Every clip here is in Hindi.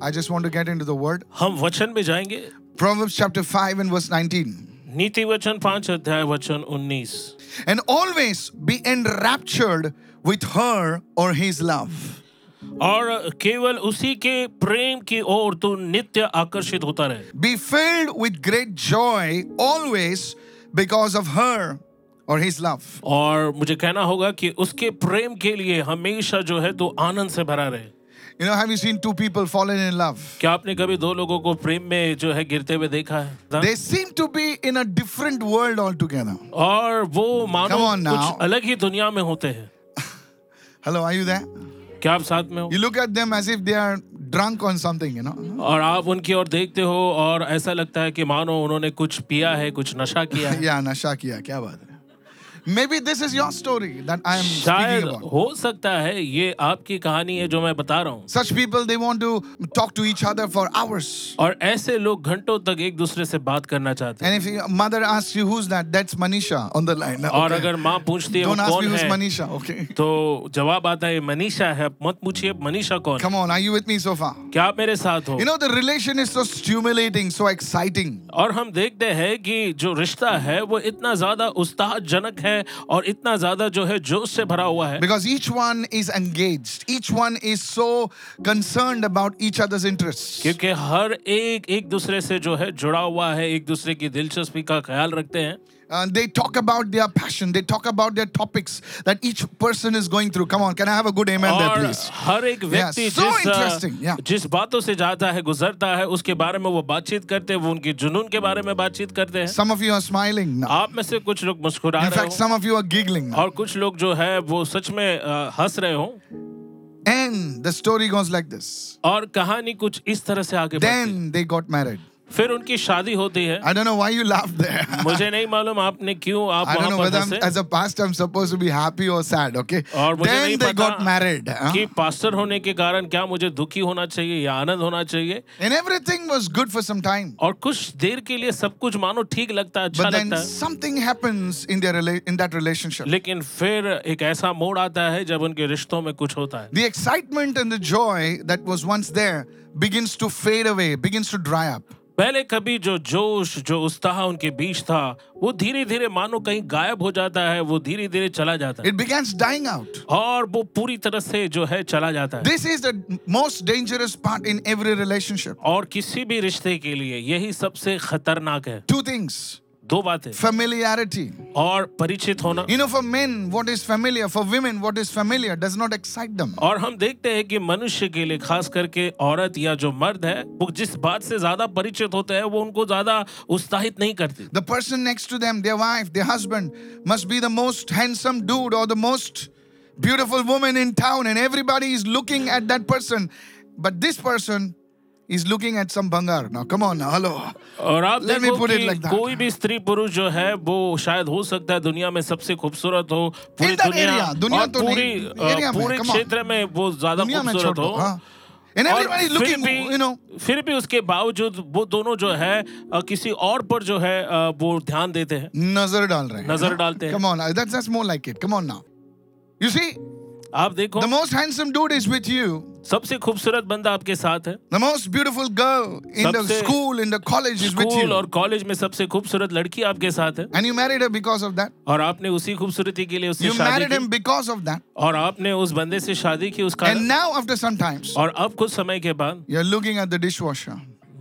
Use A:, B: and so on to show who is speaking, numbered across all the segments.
A: I just want to get into the word.
B: हम वचन में जाएंगे
A: Proverbs chapter 5 and verse 19.
B: नीति वचन पांच अध्याय वचन उन्नीस
A: And always be enraptured with her or his love.
B: और केवल उसी के प्रेम की ओर तू नित्य आकर्षित होता रहे
A: Be filled with great joy always because of her or his love.
B: और मुझे कहना होगा कि उसके प्रेम के लिए हमेशा जो है तू आनंद से भरा रहे
A: You know, have you seen two people fallen in love?
B: क्या आपने कभी दो लोगों को प्रेम में जो है गिरते हुए देखा है
A: They seem to be in a different world altogether.
B: और वो मानो
A: Come on now.
B: कुछ अलग ही दुनिया में होते हैं
A: Hello, are you there?
B: क्या आप साथ में हो
A: You look at them as if they are drunk on something, you know.
B: और आप उनकी ओर देखते हो और ऐसा लगता है कि मानो उन्होंने कुछ पिया है कुछ नशा किया है
A: Yeah, nasha kiya, kya baat hai? Maybe this is your story that I am
B: शायद
A: speaking about.
B: हो सकता है ये आपकी कहानी है जो मैं बता रहा हूँ
A: Such people, they want to talk to each other for hours.
B: और ऐसे लोग घंटों तक एक दूसरे से बात करना चाहते हैं
A: And if your mother asks you, who's that? That's Manisha on the line.
B: और
A: Okay.
B: अगर माँ पूछती है वो
A: Don't ask me
B: कौन
A: who's
B: है
A: Manisha, okay?
B: तो जवाब आता है मनीषा है आप मत पूछिए मनीषा कौन है
A: Come on, are you with me so far?
B: क्या आप मेरे साथ हो
A: You know, the relation is so stimulating, so exciting.
B: और हम देखते हैं कि जो रिश्ता है वो इतना ज्यादा उत्साहजनक है और इतना ज्यादा जो है जोश से भरा हुआ है
A: Because each one is engaged, each one is so concerned about each other's interests.
B: क्योंकि हर एक एक दूसरे से जो है जुड़ा हुआ है एक दूसरे की दिलचस्पी का ख्याल रखते हैं
A: And Uh, they talk about their passion, they talk about their topics that each person is going through. Come on, can I have a good amen there,
B: और
A: please?
B: हर एक व्यक्ति
A: so
B: जिस
A: interesting, yeah.
B: जिस बातों से जाता है गुजरता है उसके बारे में वो बातचीत करते हैं वो उनके जुनून के बारे में बातचीत करते हैं
A: Some of you are smiling now.
B: आप में से कुछ लोग मुस्कुरा
A: In
B: रहे
A: fact,
B: हो
A: some of you are giggling now.
B: और कुछ लोग जो है वो सच में अ, हंस रहे हो
A: And the story goes like this.
B: और कहानी कुछ इस तरह से आगे बढ़ती है।
A: Then they got married.
B: फिर उनकी शादी होती है
A: I don't know why you laughed there.
B: मुझे नहीं मालूम आपने क्यों आप
A: I don't know
B: वहां पर
A: whether I'm,
B: हंसे
A: as a pastor I'm supposed to be happy or sad, okay?
B: और मुझे
A: Then
B: नहीं
A: they
B: पता
A: got married. हाँ। huh?
B: कि पास्टर होने के कारण क्या मुझे दुखी होना चाहिए या आनंद होना चाहिए
A: And everything was good for some time.
B: और कुछ देर के लिए सब कुछ मानो ठीक लगता है अच्छा
A: But then
B: लगता है
A: something happens in their rela- in that relationship.
B: लेकिन फिर एक ऐसा मोड़ आता है जब उनके रिश्तों में कुछ होता है
A: The excitement and the joy that was once there begins to fade away, begins to dry up.
B: पहले कभी जो जोश जो उत्साह उनके बीच था वो धीरे धीरे मानो कहीं गायब हो जाता है वो धीरे धीरे चला जाता है
A: It begins dying out.
B: और वो पूरी तरह से जो है चला जाता है
A: This is the most dangerous part in every relationship.
B: और किसी भी रिश्ते के लिए यही सबसे खतरनाक है
A: Two things
B: दो बातें
A: familiarity.
B: और परिचित होना
A: You know, for men, what is familiar, for women, what is familiar does not excite them.
B: और हम देखते हैं कि मनुष्य के लिए खास करके औरत या जो मर्द है वो जिस बात से ज्यादा परिचित होते हैं वो उनको ज्यादा उत्साहित नहीं करती
A: The person next to them, their wife, their husband, must be the most handsome dude or the most beautiful woman in town, and everybody is looking at that person. But this person is looking at some bangar. Now, come on, now, hello.
B: और आप
A: Let me
B: देखो
A: put it
B: कि
A: like that.
B: कोई भी स्त्री पुरुष जो है वो शायद हो सकता है दुनिया में सबसे खूबसूरत हो पूरी
A: that
B: दुनिया
A: area, दुनिया
B: और
A: तो नहीं,
B: पूरी
A: area
B: अ,
A: में,
B: पूरे
A: come on.
B: क्षेत्र में वो ज्यादा
A: दुनिया में छोड़
B: खूबसूरत
A: दो,
B: हो
A: हाँ। And
B: और
A: everybody is
B: फिर
A: looking,
B: भी
A: you know,
B: फिर भी उसके बावजूद वो दोनों जो है अ, किसी और पर जो है अ, वो ध्यान देते हैं
A: nazar dal rahe. hain,
B: नजर
A: huh?
B: डालते हैं।
A: Come on, uh, that's that's more like it. Come on now. You see,
B: आप देखो
A: the most handsome dude is with you.
B: सबसे खूबसूरत बंदा आपके साथ है
A: The most beautiful girl in the
B: सबसे-
A: school, in the college is with
B: school
A: you.
B: और कॉलेज में सबसे खूबसूरत लड़की आपके साथ है
A: And you married her because of that.
B: और आपने उसी खूबसूरती के लिए उससे
A: You
B: शादी
A: married
B: की
A: him because of that.
B: और आपने उस बंदे से शादी की उसका
A: And now, after some times,
B: और अब कुछ समय के बाद
A: you're looking at the dishwasher.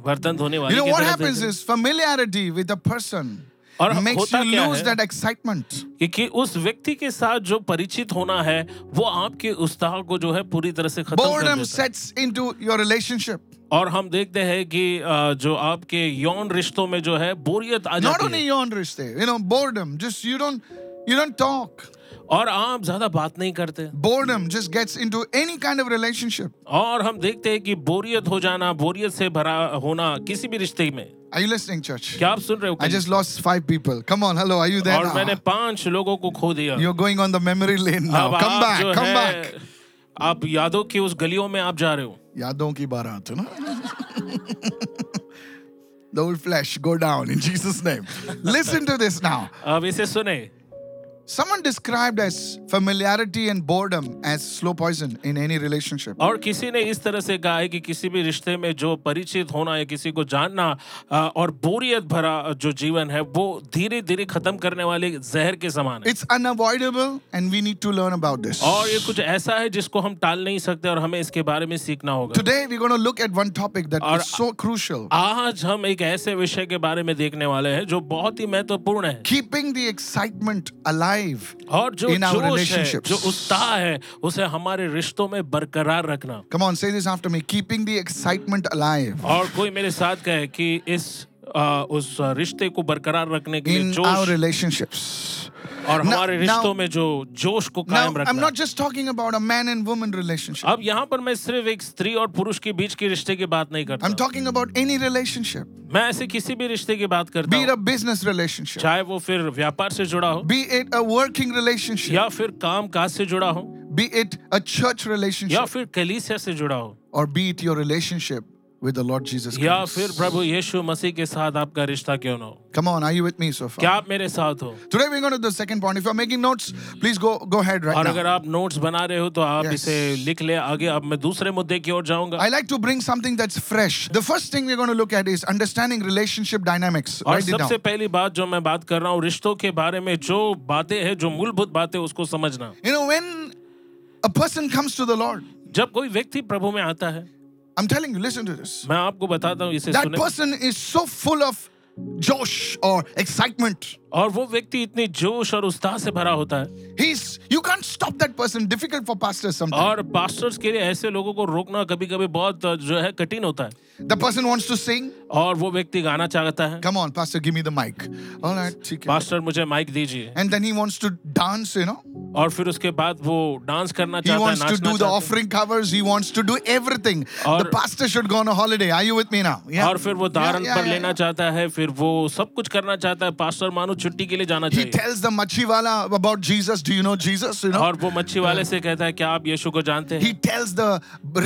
B: बर्तन धोने
A: You
B: वाले
A: know
B: की
A: what
B: तरफ
A: happens
B: देख-
A: is familiarity with a person
B: और
A: makes you
B: होता क्या
A: lose
B: है?
A: that excitement.
B: कि, कि उस व्यक्ति के साथ जो परिचित होना है वो आपके उत्साह को जो है पूरी तरह से खत्म कर
A: Boredom
B: देता है
A: sets into your relationship.
B: और हम देखते हैं कि अ, जो आपके यौन रिश्तों में जो है बोरियत आ
A: Not
B: जाती
A: only
B: है
A: your understay, you know, boredom. Just you don't you don't talk.
B: और आप ज्यादा बात नहीं करते
A: Boredom just gets into any kind of relationship.
B: और हम देखते हैं कि बोरियत हो जाना बोरियत से भरा होना किसी भी रिश्ते में
A: Are you listening, church?
B: क्या आप सुन रहे हो
A: I just "Ah." lost five people. Come on, hello, are you there?
B: और
A: now?
B: मैंने पांच लोगों को खो दिया
A: You're going on the memory lane now.
B: अब
A: Ah, Come
B: आप
A: back,
B: जो
A: come
B: है
A: back.
B: आप यादों की उस गलियों में आप जा रहे हो
A: यादों की बारात है ना? The old flesh go down in Jesus' name. Listen to this now.
B: अब इसे सुने
A: Someone described as familiarity and boredom as slow poison in any relationship.
B: और किसी ने इस तरह से कहा है कि किसी भी रिश्ते में जो परिचित होना या किसी को जानना अ, और बोरियत भरा जो जीवन है वो धीरे धीरे खत्म करने वाले जहर के समान है
A: It's unavoidable, and we need to learn about this.
B: और ये कुछ ऐसा है जिसको हम टाल नहीं सकते और हमें इसके बारे में सीखना होगा
A: Today, we're going to look at one topic that
B: और-
A: is so crucial
B: आज हम एक ऐसे विषय के बारे में देखने वाले हैं जो बहुत ही महत्वपूर्ण है
A: keeping the excitement alive.
B: और जो
A: In our
B: जोश है
A: relationships.
B: जो उत्साह है उसे हमारे रिश्तों में बरकरार रखना
A: Come on, say this after me keeping the excitement alive.
B: और कोई मेरे साथ कहे कि इस अ, उस रिश्ते को बरकरार रखने के लिए
A: In our
B: जोश
A: relationships.
B: और
A: Now-
B: हमारे रिश्तों
A: now-
B: में जो जोश को
A: Now,
B: कायम
A: I'm
B: रखना
A: not just talking about a man and woman relationship,
B: अब यहाँ पर मैं सिर्फ एक स्त्री और पुरुष के बीच के रिश्ते की बात नहीं
A: I'm
B: करता
A: talking about any relationship,
B: मैं ऐसे किसी भी रिश्ते की बात करता
A: be it
B: हूँ
A: a business relationship,
B: चाहे वो फिर व्यापार से जुड़ा हो
A: be it a working relationship,
B: या फिर काम काज से जुड़ा हो
A: be it a church
B: या
A: relationship,
B: फिर कलीसिया से जुड़ा हो
A: or be it your relationship with the Lord Jesus
B: या
A: Christ.
B: फिर प्रभु यीशु मसीह के साथ आपका रिश्ता क्यों ना हो
A: Come on, are you with me so
B: क्या
A: far?
B: आप मेरे साथ हो
A: Today we're going to the second point. If you're making notes, please go go ahead right
B: और
A: now.
B: अगर आप नोट्स बना रहे हो तो आप
A: Yes.
B: इसे लिख ले आगे अब मैं दूसरे मुद्दे की ओर जाऊंगा
A: I like to bring something that's fresh. The first thing we're going to look at is understanding relationship dynamics.
B: और
A: Write it
B: सबसे
A: down.
B: पहली बात जो मैं बात कर रहा हूँ रिश्तों के बारे में जो बातें हैं जो मूलभूत बातें उसको समझना
A: You know, when a person comes to the Lord,
B: जब कोई व्यक्ति प्रभु में आता है
A: I'm telling you, listen to this.
B: मैं आपको बताता हूँ इसे
A: That
B: सुने
A: person is so full of josh or excitement.
B: और वो व्यक्ति इतनी जोश और उत्साह से भरा होता है
A: He's you can't stop that person. Difficult for pastors sometimes.
B: और पास्टर्स के लिए ऐसे लोगों को रोकना कभी कभी बहुत जो है कठिन होता है
A: The person wants to sing.
B: और वो व्यक्ति गाना चाहता है
A: Come on, pastor, give me the mic. All right, ठीक है.
B: पास्टर मुझे माइक दीजिए
A: And then he wants to dance, you know.
B: और फिर उसके बाद वो डांस करना
A: He
B: चाहता है
A: wants to
B: नाचना
A: do the
B: चाहता है
A: offering covers. He wants to do everything.
B: Or-
A: the pastor should go on a holiday. Are you with me now? Yeah.
B: और फिर वो दारन
A: Yeah, yeah,
B: पर
A: yeah,
B: लेना
A: yeah.
B: चाहता है फिर वो सब कुछ करना चाहता है पास्टर मानो छुट्टी के लिए जाना
A: He
B: चाहिए
A: tells the machiwala about Jesus. Do you know Jesus? You know.
B: और वो मच्छी वाले से कहता है क्या आप यीशु को जानते
A: he
B: हैं
A: tells the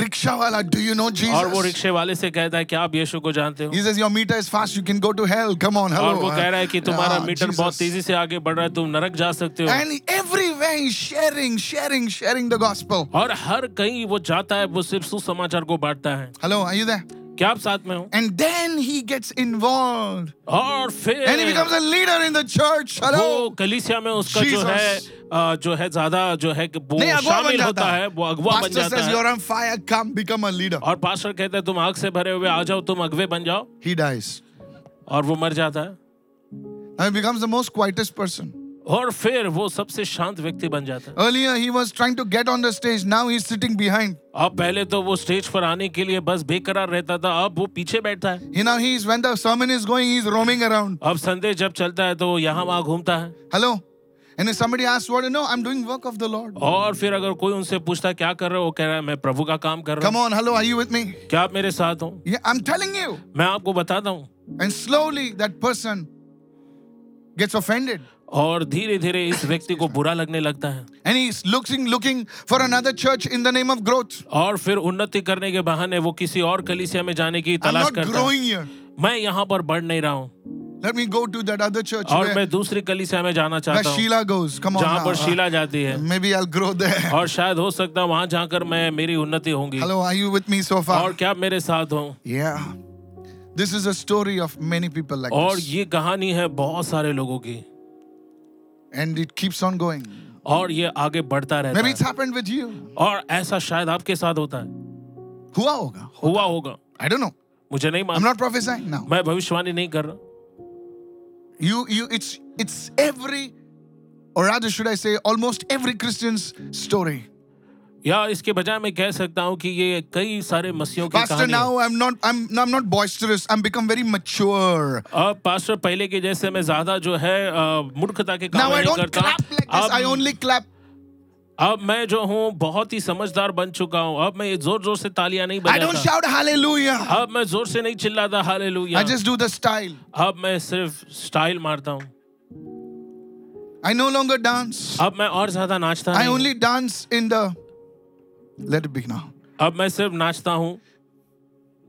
A: rickshawala, Do you know
B: और वो
A: Jesus?
B: रिक्शे वाले से कहता है क्या आप यीशु को जानते हो
A: He says, Your meter is fast. You can go to hell. Come on, hello.
B: और वो कह रहा है कि तुम्हारा
A: Ah,
B: मीटर
A: Jesus.
B: बहुत तेजी से आगे बढ़ रहा है तुम नरक जा सकते हो
A: And everywhere he's sharing, sharing, sharing the gospel.
B: और हर कहीं वो जाता है वो सिर्फ सुसमाचार को बांटता है
A: Hello, are you there?
B: क्या आप साथ में हो
A: And then he gets involved.
B: और
A: And he
B: फिर
A: becomes a leader in the church.
B: वो
A: Hello.
B: कलीसिया में उसका जो
A: Jesus.
B: है अ, जो है ज्यादा जो है कि वो
A: नहीं अगवा बन
B: शामिल
A: जाता
B: होता है वो अगवा बन
A: Pastor
B: जाता
A: says
B: है
A: you're on fire come become a leader
B: और पास्टर कहता है तुम आग से भरे हुए आ जाओ तुम अगवे बन जाओ
A: he dies
B: और वो मर जाता है
A: and he becomes the most quietest person
B: और फिर वो सबसे शांत व्यक्ति बन जाता है
A: earlier he was trying to get on the stage now he's sitting behind
B: अब पहले तो वो स्टेज पर आने के लिए बस बेकरार रहता था अब वो पीछे बैठता है
A: you know he's when the sermon is going he's roaming around
B: अब संदेश जब चलता है तो वो यहाँ वहाँ घूमता है
A: hello and if somebody asks what you know i'm doing work of the lord
B: और फिर अगर कोई उनसे पूछता है, क्या कर रहे हो वो कह रहा है मैं प्रभु का काम कर रहा
A: come
B: हूँ
A: on hello are you with me
B: क्या आप मेरे साथ हो
A: yeah i'm telling you
B: मैं आपको बताता हूँ
A: and slowly that person gets offended
B: और धीरे धीरे इस व्यक्ति को बुरा लगने लगता है
A: and he's looking looking for another church in the name of growth
B: और फिर उन्नति करने के बहाने वो किसी और कलीसिया में जाने की
A: i'm
B: तलाश
A: not
B: करता है
A: growing here
B: मैं यहाँ पर बढ़ नहीं रहा हूँ
A: let me go to that other church
B: और
A: where,
B: मैं दूसरी कलीसिया में जाना
A: where
B: चाहता हूँ
A: sheila goes come on
B: जहाँ
A: now. Uh,
B: पर शीला जाती है
A: Maybe I'll grow there.
B: और शायद हो सकता है वहां जाकर मैं मेरी उन्नति होंगी
A: Hello, are you with me so
B: और
A: far?
B: क्या आप मेरे साथ हो
A: Yeah. This is a story of many people like
B: और
A: this.
B: ये कहानी है बहुत सारे लोगों की
A: And it keeps on going.
B: और ये आगे बढ़ता रहता
A: Maybe
B: है
A: it's happened with you.
B: और ऐसा शायद आपके साथ होता है
A: Hua hoga.
B: हुआ होगा
A: I don't know.
B: मुझे नहीं
A: I'm
B: मालूम
A: not prophesying now.
B: मैं भविष्यवाणी नहीं कर रहा
A: You you it's it's every or rather should I say almost every Christian's story.
B: या इसके बजाय मैं कह सकता हूँ कि ये कई सारे मसीहों की
A: Pastor,
B: कहानी है।
A: now I'm not I'm I'm not boisterous. I'm become very mature.
B: अब पास्टर पहले के जैसे मैं ज्यादा जो है अ, मूर्खता के काम
A: Now I
B: नहीं
A: don't
B: करता
A: clap like this. I
B: अब
A: only clap.
B: अब मैं जो हूँ बहुत ही समझदार बन चुका हूँ अब मैं जोर जोर से तालियां नहीं
A: I don't
B: बजाता
A: shout hallelujah.
B: अब मैं जोर से नहीं चिल्लाता hallelujah
A: I just do the style.
B: अब मैं सिर्फ स्टाइल मारता हूँ
A: I no longer dance.
B: अब मैं और ज्यादा नाचता
A: I
B: नहीं हूँ।
A: only dance in the. Let it be now.
B: अब मैं सिर्फ नाचता हूँ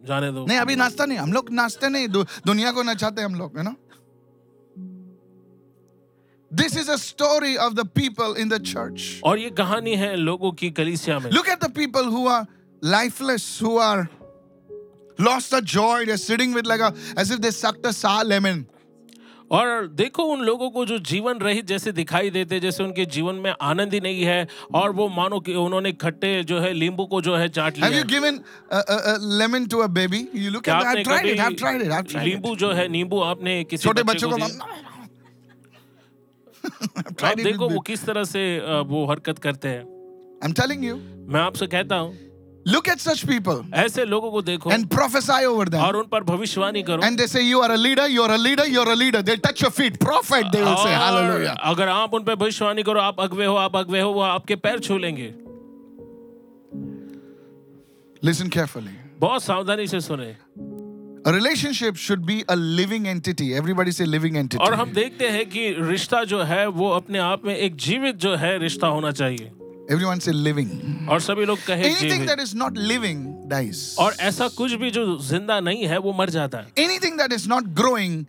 B: जाने दो
A: नहीं अभी नाचता नहीं हम लोग नाचते नहीं दु, दुनिया को नचाते हम लोग है ना This is a story of the people in the church.
B: और ये कहानी है लोगों की कलीसिया में
A: Look at the people who are lifeless, who are lost their joy. They're sitting with like a, as if they sucked a sour lemon.
B: और देखो उन लोगों को जो जीवन रहित जैसे दिखाई देते जैसे उनके जीवन में आनंद ही नहीं है और वो मानो कि उन्होंने खट्टे जो है नींबू को जो है चाट
A: Have
B: लिया
A: you given a, a, a lemon to a baby? You look
B: क्या
A: at that.
B: आपने
A: I've tried it. I've tried it. I've
B: कभी
A: tried it.
B: नींबू जो है नींबू आपने किसी
A: छोटे
B: बच्चे
A: बच्चों
B: को
A: को
B: दिया?
A: I've
B: आप
A: tried it
B: देखो
A: with
B: वो
A: baby.
B: किस तरह से अ, वो हरकत करते हैं
A: I'm telling you.
B: मैं आपसे कहता हूँ
A: Look at such people
B: ऐसे लोगों को देखो
A: and prophesy over them.
B: और उन पर भविष्यवाणी करो
A: And they say, You are a leader, you're a leader, you're a leader. They'll touch your feet. Prophet, they will say,
B: और
A: Hallelujah.
B: अगर आप उन पर भविष्यवाणी करो आप अगवे हो आप अगवे हो वो आपके पैर छू लेंगे
A: Listen carefully.
B: बहुत सावधानी से सुने
A: A relationship should be a living entity. Everybody say living entity.
B: और हम देखते हैं कि रिश्ता जो है वो अपने आप में एक जीवित जो है रिश्ता होना चाहिए
A: Everyone say living.
B: और सभी लोग कहे
A: Anything
B: जीवित
A: that is not living dies.
B: और ऐसा कुछ भी जो जिंदा नहीं है वो मर जाता है
A: Anything that is not growing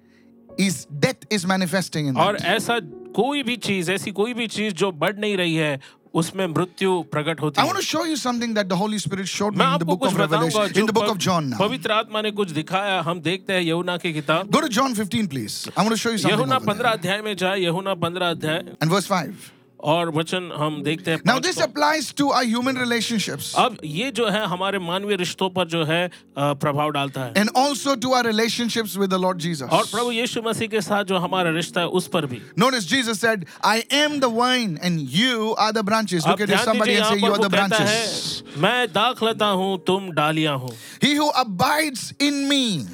A: is death is manifesting in
B: और
A: that.
B: ऐसा कोई भी चीज ऐसी कोई भी चीज जो बढ़ नहीं रही है उसमें मृत्यु प्रकट होती
A: I
B: है
A: want to show you something that the Holy Spirit showed me
B: मैं
A: in the
B: आपको
A: book
B: कुछ
A: of
B: बताऊंगा
A: Revelation,
B: जो
A: in the book of
B: पव-
A: John now.
B: पवित्र आत्मा ने कुछ दिखाया हम देखते हैं यहुना की किताब
A: Go to John 15, please. I want to show you something.
B: Yahuna
A: over there.
B: पंद्रह अध्याय में जाए यहुना पंद्रह अध्याय
A: And verse 5.
B: और वचन हम देखते हैं
A: Now,
B: पांच
A: this
B: को।
A: applies to our human relationships
B: अब ये जो है हमारे मानवीय रिश्तों पर जो है अ, प्रभाव डालता है
A: and also to our relationships with the Lord Jesus.
B: और प्रभु यीशु मसीह के साथ जो हमारा रिश्ता है उस पर भी
A: Notice Jesus said, I am the vine and you are the branches.
B: आप
A: Look at
B: ध्यान
A: somebody
B: दीजिए
A: and
B: यहाँ
A: say, You are
B: पर वो
A: the
B: कहता है
A: branches.
B: मैं दाख लेता हूँ तुम डालियां हो
A: He who abides in me,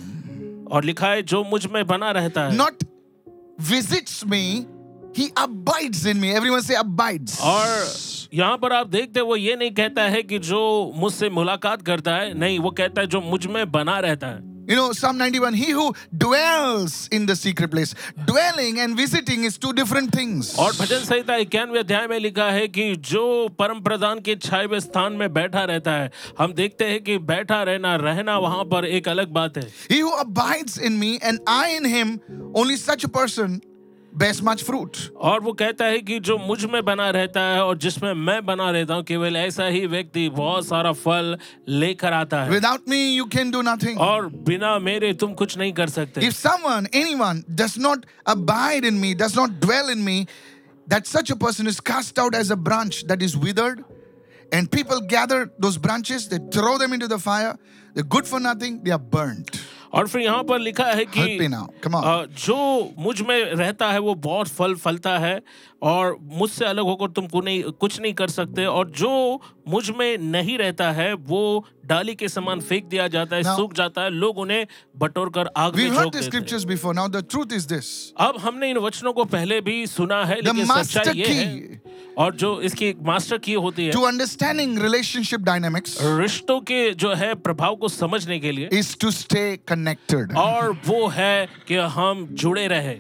B: और लिखा है जो मुझ में बना रहता है
A: not visits me, he abides in me. Everyone say, abides.
B: और यहाँ पर आप देखते हैं, वो ये नहीं कहता है कि जो मुझसे मुलाकात करता है नहीं वो कहता है जो मुझ में बना रहता है
A: You know, Psalm 91 He who dwells in the secret place. Dwelling and visiting is two different things.
B: और भजन संहिता इक्यानवे अध्याय में लिखा है कि जो परम प्रधान के छाए हुए स्थान में बैठा रहता है हम देखते हैं कि बैठा रहना रहना वहां पर एक अलग बात है
A: He who abides in me and I in him, only such a person bears much fruit.
B: और वो कहता है कि जो मुझ में बना रहता है और जिसमें मैं बना रहता हूँ केवल ऐसा ही व्यक्ति बहुत सारा फल लेकर आता है
A: Without me, you can do nothing.
B: और बिना मेरे तुम कुछ नहीं कर सकते
A: If someone, anyone, does not abide in me, does not dwell in me, that such a person is cast out as a branch that is withered, and people gather those branches, they throw them into the fire, they're good for nothing, they are burnt.
B: और फिर यहाँ पर लिखा है
A: Help me
B: कि
A: now. Come on.
B: अ, जो मुझ में रहता है वो बहुत फल फलता है और मुझसे अलग होकर तुम को नहीं कुछ नहीं कर सकते और जो मुझ में नहीं रहता है वो डाली के समान फेंक दिया जाता है
A: Now-
B: सूख जाता है लोग उन्हें बटोर कर आग में
A: We've
B: झोंक
A: heard the
B: देते हैं
A: scriptures before. Now, the truth is this
B: अब हमने इन वचनों को पहले भी सुना है
A: the
B: लेकिन
A: master
B: सच्चाई ये
A: key
B: है और जो इसकी एक मास्टर की होती है
A: to understanding relationship dynamics
B: रिश्तों के जो है प्रभाव को समझने के लिए
A: is to stay connected.
B: और वो है कि हम जुड़े रहें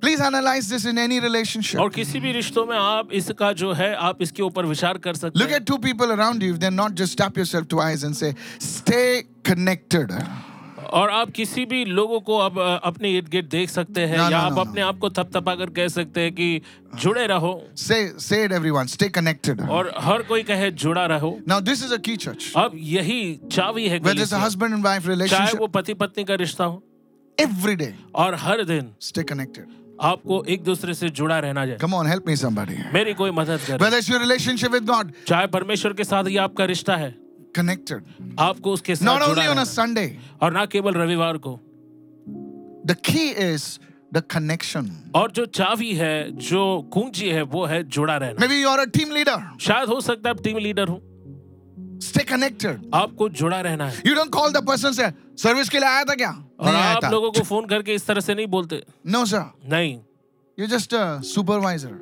A: Please analyze this in any relationship.
B: और किसी भी रिश्तों में आप इसका जो है आप इसके ऊपर विचार कर सकते
A: Look
B: हैं
A: at two people around you. If they're not, just tap yourself twice and say, Stay connected.
B: और आप किसी भी लोगों को अब अ, अपने इर्द गिर्द देख सकते हैं
A: No,
B: या
A: no,
B: आप
A: no,
B: अपने आप को थपथपा कर कह सकते हैं कि जुड़े रहो
A: Say, say it, everyone. Stay connected.
B: और हर कोई कहे जुड़ा रहो
A: Now, this is a key church
B: अब यही चावी है
A: where there's a
B: कलीसिया।
A: husband and wife
B: चाहे
A: relationship.
B: वो पति पत्नी का रिश्ता हो
A: Every day,
B: और हर दिन
A: stay connected.
B: आपको एक दूसरे से जुड़ा रहना चाहिए
A: Come on, help me, somebody.
B: मेरी कोई मदद करे
A: Whether it's your relationship with God,
B: चाहे परमेश्वर के साथ ही आपका रिश्ता है
A: connected.
B: आपको उसके साथ
A: Not
B: जुड़ा
A: only on a
B: रहना
A: Sunday,
B: है। और ना केवल रविवार को
A: the key is the connection.
B: और जो चावी है जो कुंजी है वो है जुड़ा रहना
A: Maybe you're a team leader,
B: शायद हो सकता है आप टीम लीडर हो
A: stay connected.
B: आपको जुड़ा रहना है
A: You don't call the person, say, service के लिए आया था क्या?
B: और
A: नहीं आया
B: आप
A: था.
B: लोगों को फोन करके इस तरह से नहीं बोलते
A: No, sir.
B: नहीं
A: You're just a supervisor.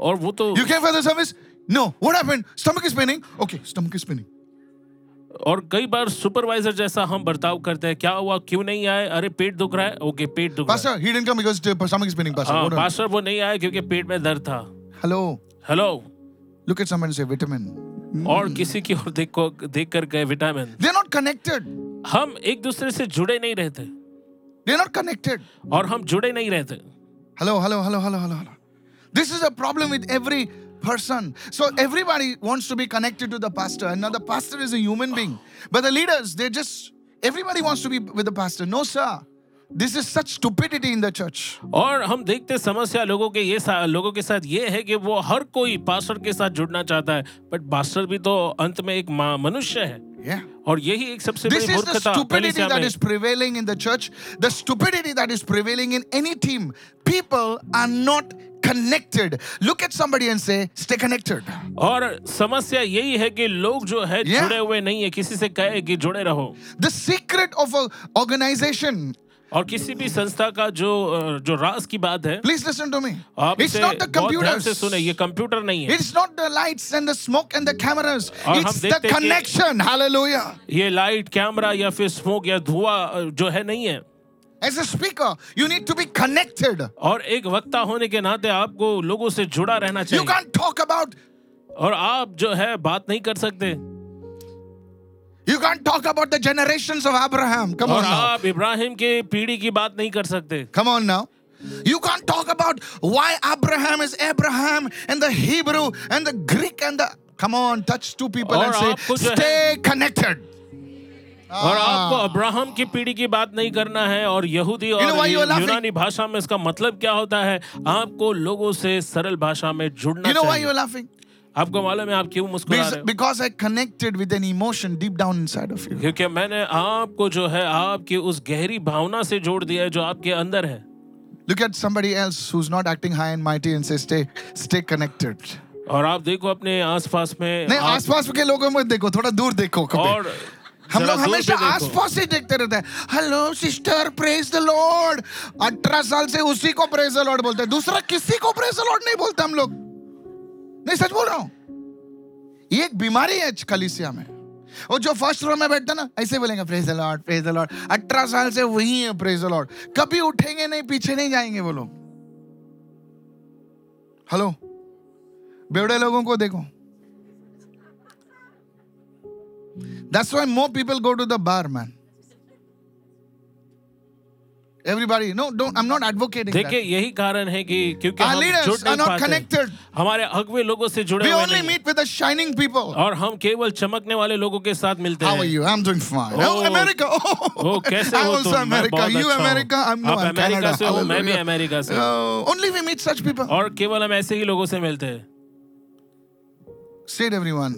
B: और वो तो
A: You came for the service? No. What happened? Stomach is spinning. Okay, stomach is spinning.
B: और कई बार सुपरवाइजर जैसा हम बर्ताव करते हैं क्या हुआ क्यों नहीं आए अरे पेट दुख रहा है ओके पेट दुख रहा है
A: Pastor, he didn't come because the stomach is spinning, Pastor.
B: हाँ
A: What happened?
B: पास्टर वो नहीं आया क्योंकि पेट में दर्द था
A: Hello.
B: Hello
A: Look at someone and say vitamin.
B: और किसी की ओर देख को देख कर गए विटामिन
A: They're not connected.
B: हम एक दूसरे से जुड़े नहीं रहते
A: They're not connected.
B: और हम जुड़े नहीं रहते
A: Hello, hello, hello, hello, hello, hello. This is a problem with every person. So everybody wants to be connected to the pastor. And now the pastor is a human being. But the leaders, they just everybody wants to be with the pastor. No, sir. This is such stupidity in the church.
B: और हम देखते समस्या लोगों के ये सा, लोगों के साथ ये है कि वो हर कोई पास्टर के साथ जुड़ना चाहता है बट पास्टर भी तो अंत में एक मा- मनुष्य है
A: Yeah.
B: और यही एक सबसे
A: This
B: बड़ी
A: is the
B: मूर्खता
A: stupidity
B: कलीसिया
A: that
B: में
A: is prevailing in the church, the stupidity that is prevailing in any team. People are not connected. Look at somebody and say, stay connected.
B: और समस्या यही है कि लोग जो है
A: Yeah.
B: जुड़े हुए नहीं है किसी से कहे कि जुड़े रहो
A: The secret of an organization,
B: और किसी भी संस्था का जो अ, जो राज की बात है
A: please listen to me.
B: आप
A: It's
B: इसे
A: not the
B: बहुत ध्यान
A: computers.
B: से सुने ये कंप्यूटर नहीं है
A: It's not the lights and the smoke and the cameras.
B: और हम
A: It's the
B: देखते हैं कि-
A: connection. Hallelujah.
B: ये लाइट कैमरा या फिर स्मोक या धुआं अ, जो है नहीं है
A: As a speaker, you need to be connected.
B: और एक वक्ता होने के नाते आपको लोगों से जुड़ा रहना
A: You
B: चाहिए
A: can't talk about
B: और आप जो है बात नहीं कर सकते
A: you can't talk about the generations of Abraham. Come on
B: और
A: now.
B: आप इब्राहिम के पीढ़ी की बात नहीं कर सकते
A: Come on now. You can't talk about why Abraham is Abraham and the Hebrew and the Greek and the. Come on, touch two people
B: और
A: and say,
B: आपको जो है-
A: stay connected.
B: और
A: Ah.
B: आपको अब्राहम की पीढ़ी की बात नहीं करना है और यहूदी और
A: know why you are laughing?
B: यूनानी भाषा में इसका मतलब क्या होता है आपको लोगों से सरल भाषा में जुड़ना
A: You know why
B: चाहिए
A: you're laughing?
B: आपको मालूम है आप क्यों मुस्कुरा
A: Because,
B: रहे हो
A: because I connected with an emotion deep down inside of you.
B: क्योंकि मैंने आपको जो है आपकी उस गहरी भावना से जोड़ दिया है जो आपके अंदर है
A: Look at somebody else who's not acting high and mighty and say, stay, stay connected.
B: और आप देखो अपने आसपास में
A: नहीं
B: आप-
A: आसपास के लोगों में देखो थोड़ा दूर देखो कभी
B: और
A: हम
B: जरा
A: लोग
B: दूर से
A: हमेशा
B: देखो।
A: आसपास ही देखते रहते हैं hello sister praise the Lord अठारह साल से उसी को प्रेज द लॉर्ड बोलते हैं दूसरा किसी को प्रेज द लॉर्ड नहीं बोलते हम लोग नहीं सच बोल रहा हूँ ये एक बीमारी है कलिसिया में और जो फर्स्ट रो में बैठता है ना ऐसे बोलेंगे praise the Lord praise the Lord अठारह साल से वही है प्रेज द लॉर्ड कभी उठेंगे नहीं पीछे नहीं जाएंगे वो लोग हेलो बेवड़े लोगों को देखो That's why more people go to the bar, man. Everybody, no, don't. I'm not advocating
B: देखिए
A: that.
B: यही कारण है कि क्योंकि
A: Our
B: हम
A: leaders
B: जुड़
A: are
B: नहीं
A: not
B: पाते
A: connected.
B: हमारे अगवे लोगों से जुड़े
A: We
B: हुए
A: only
B: नहीं हैं।
A: meet with the shining people.
B: और हम केवल चमकने वाले लोगों के साथ मिलते
A: How are
B: हैं
A: you? I'm doing fine. Oh,
B: Oh.
A: America. Oh,
B: Oh, कैसे
A: I'm
B: हो
A: also
B: तुम? मैं
A: America.
B: बहुत
A: You
B: अच्छा हूँ।
A: America. I'm no,
B: आप
A: I'm
B: अमेरिका
A: Canada.
B: से हो, मैं भी
A: Hallelujah.
B: अमेरिका से
A: Oh, only we meet such people.
B: और केवल हम ऐसे ही लोगों से मिलते हैं
A: Said everyone.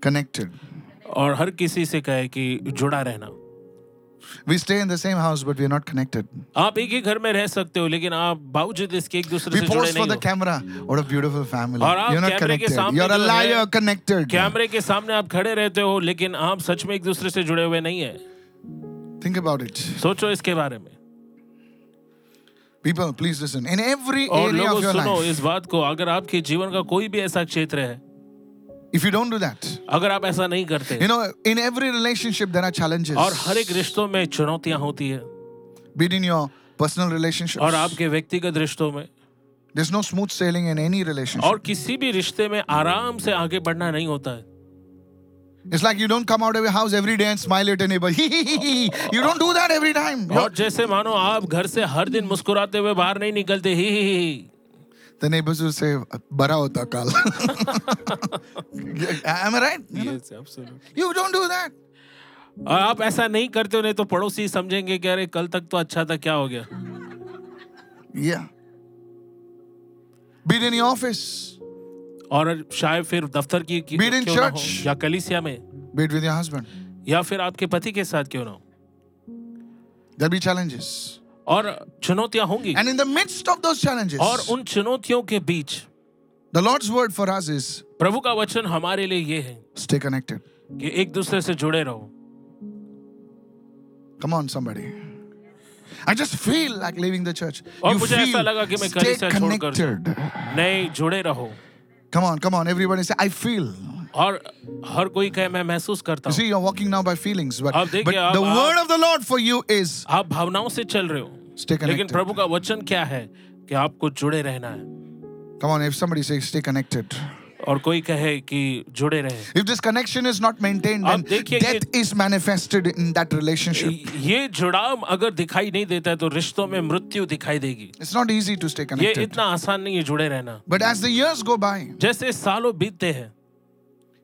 A: Connected.
B: और हर किसी से कहे कि जुड़ा रहना
A: We stay in the same house, but we're not connected.
B: आप एक ही घर में रह सकते हो लेकिन आप बावजूद इसके एक दूसरे
A: We
B: से जुड़े
A: pose
B: नहीं
A: for the
B: हो
A: camera. What a beautiful family.
B: और आप
A: You're not
B: कैमरे के
A: connected.
B: सामने
A: You're a
B: जो है-
A: liar. Connected.
B: कैमरे के सामने आप खड़े रहते हो लेकिन आप सच में एक दूसरे से जुड़े हुए नहीं है
A: Think about it.
B: सोचो इसके बारे में
A: People, please listen. In every
B: और
A: area
B: लोगों
A: of your
B: सुनो
A: life,
B: इस बात को अगर आपके जीवन का कोई भी ऐसा क्षेत्र है
A: if you don't do that,
B: अगर आप ऐसा नहीं करते
A: you know, in every relationship there are challenges.
B: और हर एक रिश्तों में चुनौतियां होती है
A: Be it in your personal relationships.
B: और आपके व्यक्तिगत रिश्तों में
A: There's no smooth sailing in any relationship.
B: और किसी भी रिश्ते में आराम से आगे बढ़ना नहीं होता है
A: It's like you don't come out of your house every day and smile at your neighbor. you don't do that every time.
B: और जैसे मानो आप घर से हर दिन मुस्कुराते हुए बाहर नहीं निकलते ही, ही, ही, ही।
A: The neighbors will say, "Bara hota kal." Am I right? You, know? You don't do that.
B: और आप ऐसा नहीं करते हो नहीं तो पड़ोसी समझेंगे कि अरे कल तक तो अच्छा था क्या हो गया
A: Yeah. Be it in your office,
B: और शायद फिर दफ्तर की, की
A: Meet in
B: क्यों ना हो,
A: church.
B: या कलीसिया में
A: be it with your husband.
B: या फिर आपके पति के साथ क्यों ना हो
A: There'll be challenges,
B: और चुनौतियां होंगी
A: and in the midst of those challenges,
B: और उन चुनौतियों के बीच
A: The Lord's word for us is
B: प्रभु का वचन हमारे लिए ये है
A: stay connected.
B: कि एक दूसरे से जुड़े रहो
A: Come on, somebody. I just feel like leaving the church.
B: और
A: you
B: मुझे ऐसा
A: feel
B: लगा कि मैं
A: stay
B: कलीसिया छोड़कर
A: connected.
B: नहीं जुड़े रहो
A: Come on, come on, everybody say, I feel.
B: और हर कोई कहे मैं महसूस करता
A: You
B: हूँ
A: see, you're walking now by feelings, but,
B: आप देखिए,
A: but
B: आप-
A: the
B: आप-
A: word of the Lord for you is
B: आप भावनाओं से चल रहे
A: Stay
B: हो
A: connected.
B: लेकिन प्रभु का वचन क्या है कि आपको जुड़े रहना है
A: come on, if somebody says stay connected.
B: और कोई कहे कि जुड़े रहे
A: If this connection is not maintained,
B: आप
A: then
B: देखिए कि-
A: death is manifested in that relationship.
B: ये जुड़ाव अगर दिखाई नहीं देता है तो रिश्तों में मृत्यु दिखाई देगी
A: It's not easy to stay
B: ये
A: connected.
B: इतना आसान नहीं है जुड़े रहना
A: But as the years go by,
B: जैसे सालों बीतते हैं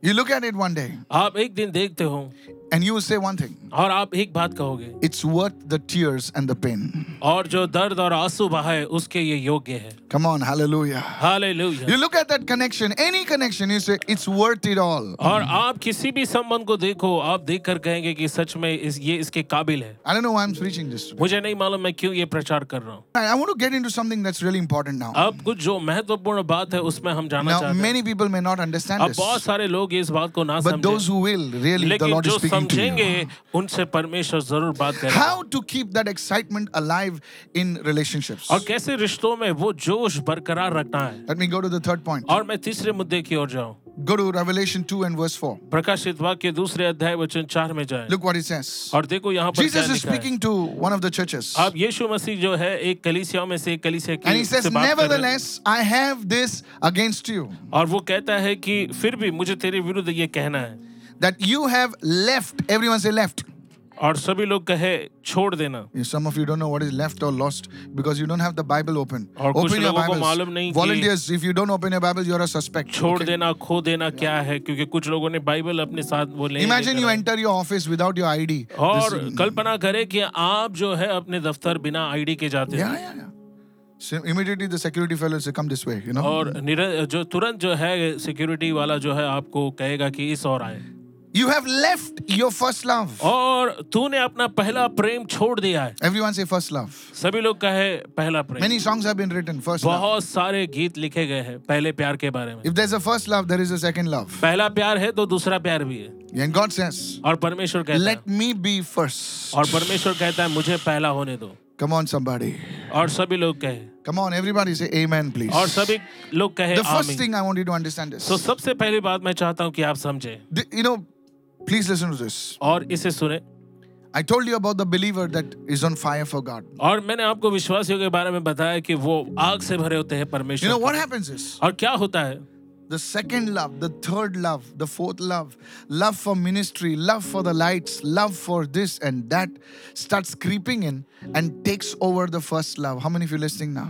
A: you look at it one day
B: आप एक दिन देखते हो
A: and you will say one thing
B: और आप एक बात कहोगे
A: it's worth the tears and the pain.
B: और जो दर्द और आंसू बहाए उसके ये योग्य है
A: Come on, hallelujah.
B: Hallelujah
A: You look at that connection, any connection, you say it's worth it all.
B: और आप किसी भी संबंध को देखो आप देख कर कहेंगे कि सच में इस ये इसके काबिल है
A: I don't know why I'm preaching this today.
B: मुझे नहीं मालूम मैं क्यों ये प्रचार कर रहा हूँ
A: I I want to get into something that's really important now.
B: अब कुछ जो महत्वपूर्ण बात है उसमें हम जाना
A: Now,
B: चाहते हैं
A: many people may not understand
B: अब
A: this,
B: बहुत सारे लोग इस बात को ना
A: but those
B: समझें
A: who will, really, the
B: लेकिन
A: Lord is
B: जो
A: speaking to you.
B: समझेंगे उनसे परमेश्वर जरूर बात करेगा
A: How to keep that excitement alive in relationships?
B: और कैसे रिश्तों में वो जोश बरकरार रखना है
A: Let me go to the third point.
B: और मैं तीसरे मुद्दे की ओर जाऊं
A: Go to Revelation 2 and verse 4.
B: प्रकाशित वाक्य दूसरे अध्याय वचन चार में जाए
A: Look what it says.
B: और देखो यहाँ पर क्या
A: Jesus is
B: लिखा है
A: speaking to one of the churches.
B: अब यीशु मसीह जो है एक कलीसिया में से एक कलीसिया
A: And
B: की
A: he says,
B: से बात कर रहे हैं।
A: Nevertheless, I have this against you,
B: और वो कहता है कि फिर भी मुझे तेरे विरुद्ध ये कहना है
A: that you have left. Everyone say left.
B: और सभी लोग कहे छोड़ देना
A: If Some of you don't know what is left or lost because you don't have the Bible open.
B: और कुछ
A: Open your
B: लोगों को मालूम नहीं
A: Bibles.
B: कि-
A: Volunteers, if you don't open your Bibles, you're a suspect.
B: छोड़ देना खो देना क्या है क्योंकि कुछ लोगों ने बाइबल अपने साथ वो नहीं
A: Imagine
B: लेकर
A: you
B: आए।
A: enter your office without your ID. This-
B: और कल्पना करें कि आप जो है अपने दफ्तर बिना आईडी के जाते हैं
A: Yeah, yeah, yeah. So immediately the security fellows say, come this way, you know.
B: और निर- जो तुरंत जो है सिक्योरिटी वाला जो है आपको कहेगा कि इस और आए
A: You have left your first love.
B: और तूने अपना पहला प्रेम छोड़ दिया है
A: Everyone say first love.
B: सभी लोग कहे पहला प्रेम
A: Many songs have been written, first love.
B: बहुत सारे गीत लिखे गए हैं पहले प्यार के बारे में
A: If there's a first love, there is a second love.
B: पहला प्यार है तो दूसरा प्यार भी है
A: And God says,
B: और परमेश्वर कहता है
A: Let me be first.
B: और परमेश्वर कहता है मुझे पहला होने दो
A: Come on, somebody.
B: और सभी लोग कहे
A: Come on, everybody say amen, please.
B: और सभी लोग कहे
A: The first
B: आमीन
A: thing I want you to understand is
B: तो सबसे पहली बात मैं चाहता हूँ कि आप समझें
A: th- you know, please listen to this.
B: और इसे सुने
A: I told you about the believer that is on fire for God.
B: और मैंने आपको विश्वासियों के बारे में बताया कि वो आग से भरे होते हैं
A: You know
B: परमेश्वर
A: what happens is
B: और क्या होता है
A: the second love, the third love, the fourth love, love for ministry, love for the lights, love for this and that starts creeping in and takes over the first love. How many of you listening now?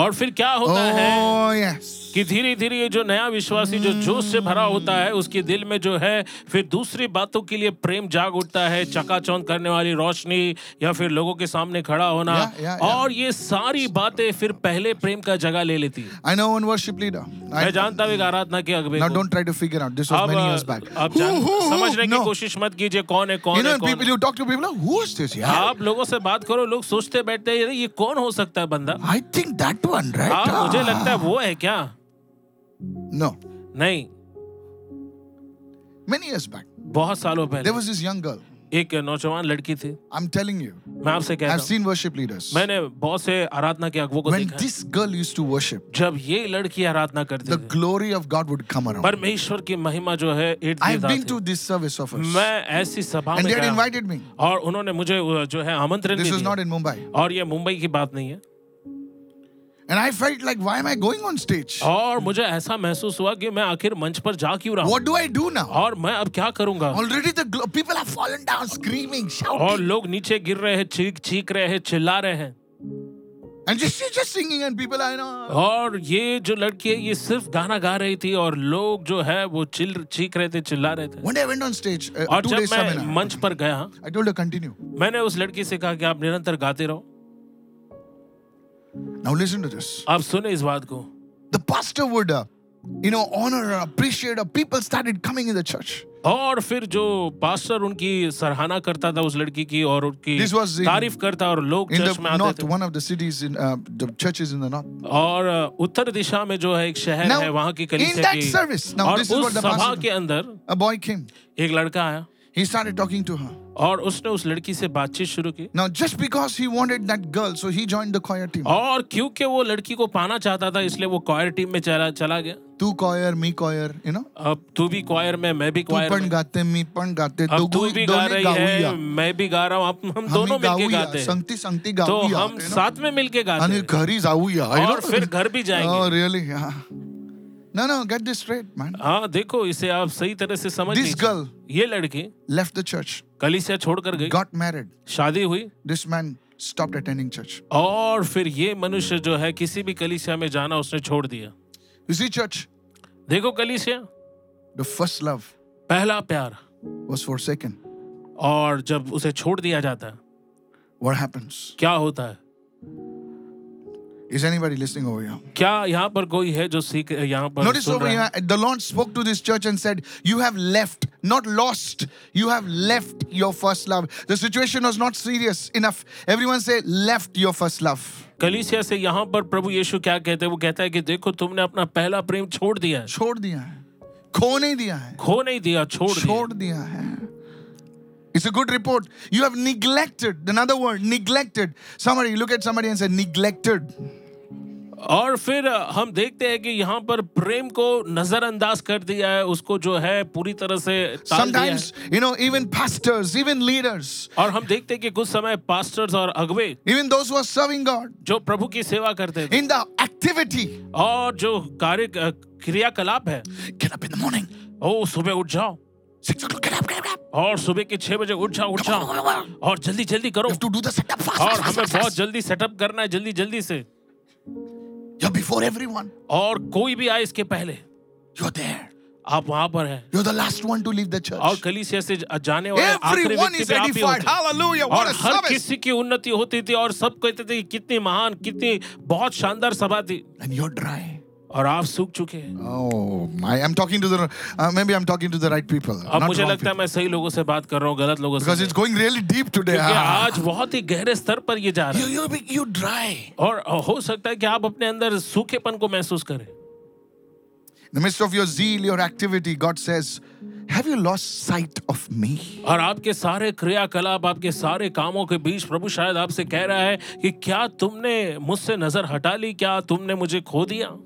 B: और फिर क्या होता है
A: Oh, yes.
B: कि धीरे धीरे ये जो नया विश्वासी जो जोश से भरा होता है उसके दिल में जो है फिर दूसरी बातों के लिए प्रेम जाग उठता है चकाचौंध करने वाली रोशनी या फिर लोगों के सामने खड़ा होना
A: Yeah, yeah, yeah.
B: और ये सारी बातें फिर पहले प्रेम का जगह ले लेती है
A: I know one worship leader. I,
B: मैं जानता हूँ एक आराधना के अगबे
A: now
B: को।
A: don't try to figure out. This was
B: अब
A: many years back.
B: आप
A: Who,
B: जान
A: who, who?
B: समझने की
A: No.
B: कोशिश मत कीजिए कौन है
A: You
B: कौन
A: know,
B: है
A: and
B: कौन
A: people,
B: है
A: you talk to people, like, who is this? Yeah.
B: आप लोगों से बात करो लोग सोचते बैठते हैं "अरे, ये कौन हो सकता है बंदा
A: I think that one, right?
B: आप
A: Ah.
B: मुझे लगता है वो है क्या
A: No.
B: नहीं
A: Many years back,
B: बहुत सालों
A: there
B: पहले
A: was this young girl.
B: एक नौजवान लड़की थी
A: I'm telling you,
B: मैं आपसे कह रहा
A: I've
B: हूँ
A: seen worship leaders.
B: मैंने बहुत से आराधना के अगुओं को
A: When
B: देखा है।
A: this girl used to worship,
B: जब ये लड़की आराधना करती
A: the
B: थी
A: glory of God would come around.
B: परमेश्वर की महिमा जो है इर्द
A: I've
B: गिर्द
A: been
B: आती।
A: to this service of hers,
B: मैं ऐसी सभा
A: and
B: में
A: they had
B: गया
A: invited me.
B: और उन्होंने मुझे वो जो है आमंत्रण भी
A: This was
B: दिया
A: not in Mumbai,
B: और ये मुंबई की बात नहीं है
A: and I felt like, why am I going on stage?
B: और मुझे ऐसा महसूस हुआ कि मैं आखिर मंच पर जा क्यों रहा हूँ
A: What do I do now?
B: और मैं अब क्या करूंगा
A: Already the glo- people have fallen down, screaming,
B: और
A: shouting,
B: लोग नीचे गिर रहे हैं चीख चीख रहे हैं चिल्ला रहे हैं
A: and just she's just singing, and people I know.
B: और ये जो लड़की है ये सिर्फ गाना गा रही थी और लोग जो है वो चिल चीख रहे थे चिल्ला रहे थे
A: One day I went on stage, uh, a
B: और
A: two-day
B: जब
A: seminar.
B: मैं मंच पर गया
A: I told her continue.
B: मैंने उस लड़की से कहा कि आप निरंतर गाते रहो
A: Now listen to this.
B: आप सुने इस बात को
A: The pastor would, uh, you know, honor her, appreciate her. People started coming in the church.
B: और फिर जो पास्टर उनकी सराहना करता था उस लड़की की और उनकी
A: This was in-
B: तारीफ करता और लोग
A: In
B: चर्च
A: the
B: में आते
A: north,
B: थे
A: one of the cities in uh, the churches in the north.
B: और uh, उत्तर दिशा में जो है एक शहर
A: Now,
B: है वहाँ की
A: in that
B: कलीसिया
A: service,
B: की
A: now
B: और
A: this is
B: उस
A: what the
B: सभा
A: pastor-
B: के अंदर
A: A boy came.
B: एक लड़का आया
A: He started talking to her.
B: और उसने उस लड़की से बातचीत शुरू की
A: Now, just because he wanted that girl, so he joined the choir team.
B: और क्योंकि वो लड़की को पाना चाहता था इसलिए वो क्वायर टीम में चला चला गया
A: Tu choir, me choir, you know.
B: अब तू भी क्वायर में मैं भी
A: Tu
B: क्वायर
A: pan
B: में
A: gaate, me pan gaate.
B: अब तू
A: Dogu-
B: भी गा
A: done
B: रही है
A: gauiya.
B: मैं भी गा रहा हूँ हम- हम
A: Hami
B: दोनों मिलके
A: gauiya.
B: गाते हैं
A: Sankti sankti
B: तो
A: gauiya,
B: हम
A: you know.
B: साथ में मिलके गाते
A: And
B: हैं
A: ghari jauiya, you
B: और
A: know.
B: फिर घर भी जाएंगे
A: Oh, really? Yeah. No, no, get this straight, man.
B: हाँ देखो इसे आप सही तरह से समझ
A: This
B: लीजिए।
A: girl-
B: ये लड़की
A: Left the church,
B: कलीसिया छोड़कर गई
A: got married.
B: शादी हुई
A: This man stopped attending church.
B: और फिर ये मनुष्य जो है किसी भी कलीसिया में जाना उसने छोड़ दिया
A: You see, church,
B: देखो कलीसिया
A: the first love
B: पहला प्यार
A: was forsaken.
B: और जब उसे छोड़ दिया जाता है
A: What happens?
B: क्या होता है
A: Is anybody listening over here?
B: क्या यहाँ पर कोई है जो सीख यहाँ पर
A: Notice
B: सुन
A: over
B: रहा है?
A: here, the Lord spoke to this church and said, You have left, not lost, you have left your first love. The situation was not serious enough. Everyone say, Left your first love.
B: कलीसिया से यहाँ पर प्रभु यीशु क्या कहते हैं वो कहता है कि देखो तुमने अपना पहला प्रेम छोड़ दिया है
A: छोड़ दिया है खो नहीं दिया है
B: खो नहीं दिया छोड़ दिया
A: छोड़ दिया है It's a good report. You have neglected. Another word, neglected. Somebody, look at somebody and say, neglected.
B: और फिर अ, हम देखते हैं कि यहाँ पर प्रेम को नजरअंदाज कर दिया है उसको जो है पूरी तरह से टाल दिया है।
A: Sometimes, you know, even pastors, even leaders,
B: और हम देखते हैं कि कुछ समय पास्टर्स और अगवे
A: even those who are serving God,
B: जो प्रभु की सेवा करते थे
A: in the activity,
B: और जो कार्य अ, क्रियाकलाप है
A: get up in the morning,
B: ओ सुबह उठ जाओ
A: six o'clock, get up, get up, get up.
B: और सुबह के छह बजे उठ जाओ उठ जाओ और जल्दी जल्दी
A: You
B: करो
A: have to do the setup fast.
B: और
A: fast,
B: हमें
A: fast,
B: बहुत
A: fast.
B: जल्दी सेटअप करना है जल्दी जल्दी से
A: You're before everyone.
B: और कोई भी आए इसके पहले
A: You're there.
B: आप वहां पर हैं
A: You're the last one to leave the
B: और
A: church.
B: कलीसिया से जाने वाले आखिरी
A: Everyone
B: व्यक्ति
A: is
B: पे आप ही
A: edified.
B: होते हैं।
A: Hallelujah. What
B: और
A: a
B: हर
A: service.
B: किसी की उन्नति होती थी और सब कहते थे कि कितनी महान कितनी बहुत शानदार सभा थी
A: And you're dry.
B: और आप सूख चुके हैं
A: Oh, my. I'm talking to the, uh, maybe I'm talking to the right people.
B: अब
A: not
B: मुझे
A: wrong
B: लगता है
A: people.
B: मैं सही लोगों से बात कर रहा हूँ गलत लोगों से
A: Because it's
B: नहीं।
A: going really deep today.
B: क्योंकि
A: Ah.
B: आज बहुत ही गहरे स्तर पर ये जा रहा
A: You,
B: है
A: you, be- you dry.
B: और हो सकता है कि आप अपने अंदर सूखेपन को महसूस करें
A: In the midst of your zeal, your activity, God says, Have you lost sight of me?
B: और आपके सारे क्रियाकलाप आपके सारे कामों के बीच प्रभु शायद आपसे कह रहा है कि क्या तुमने मुझसे नजर हटा ली क्या तुमने मुझे खो दिया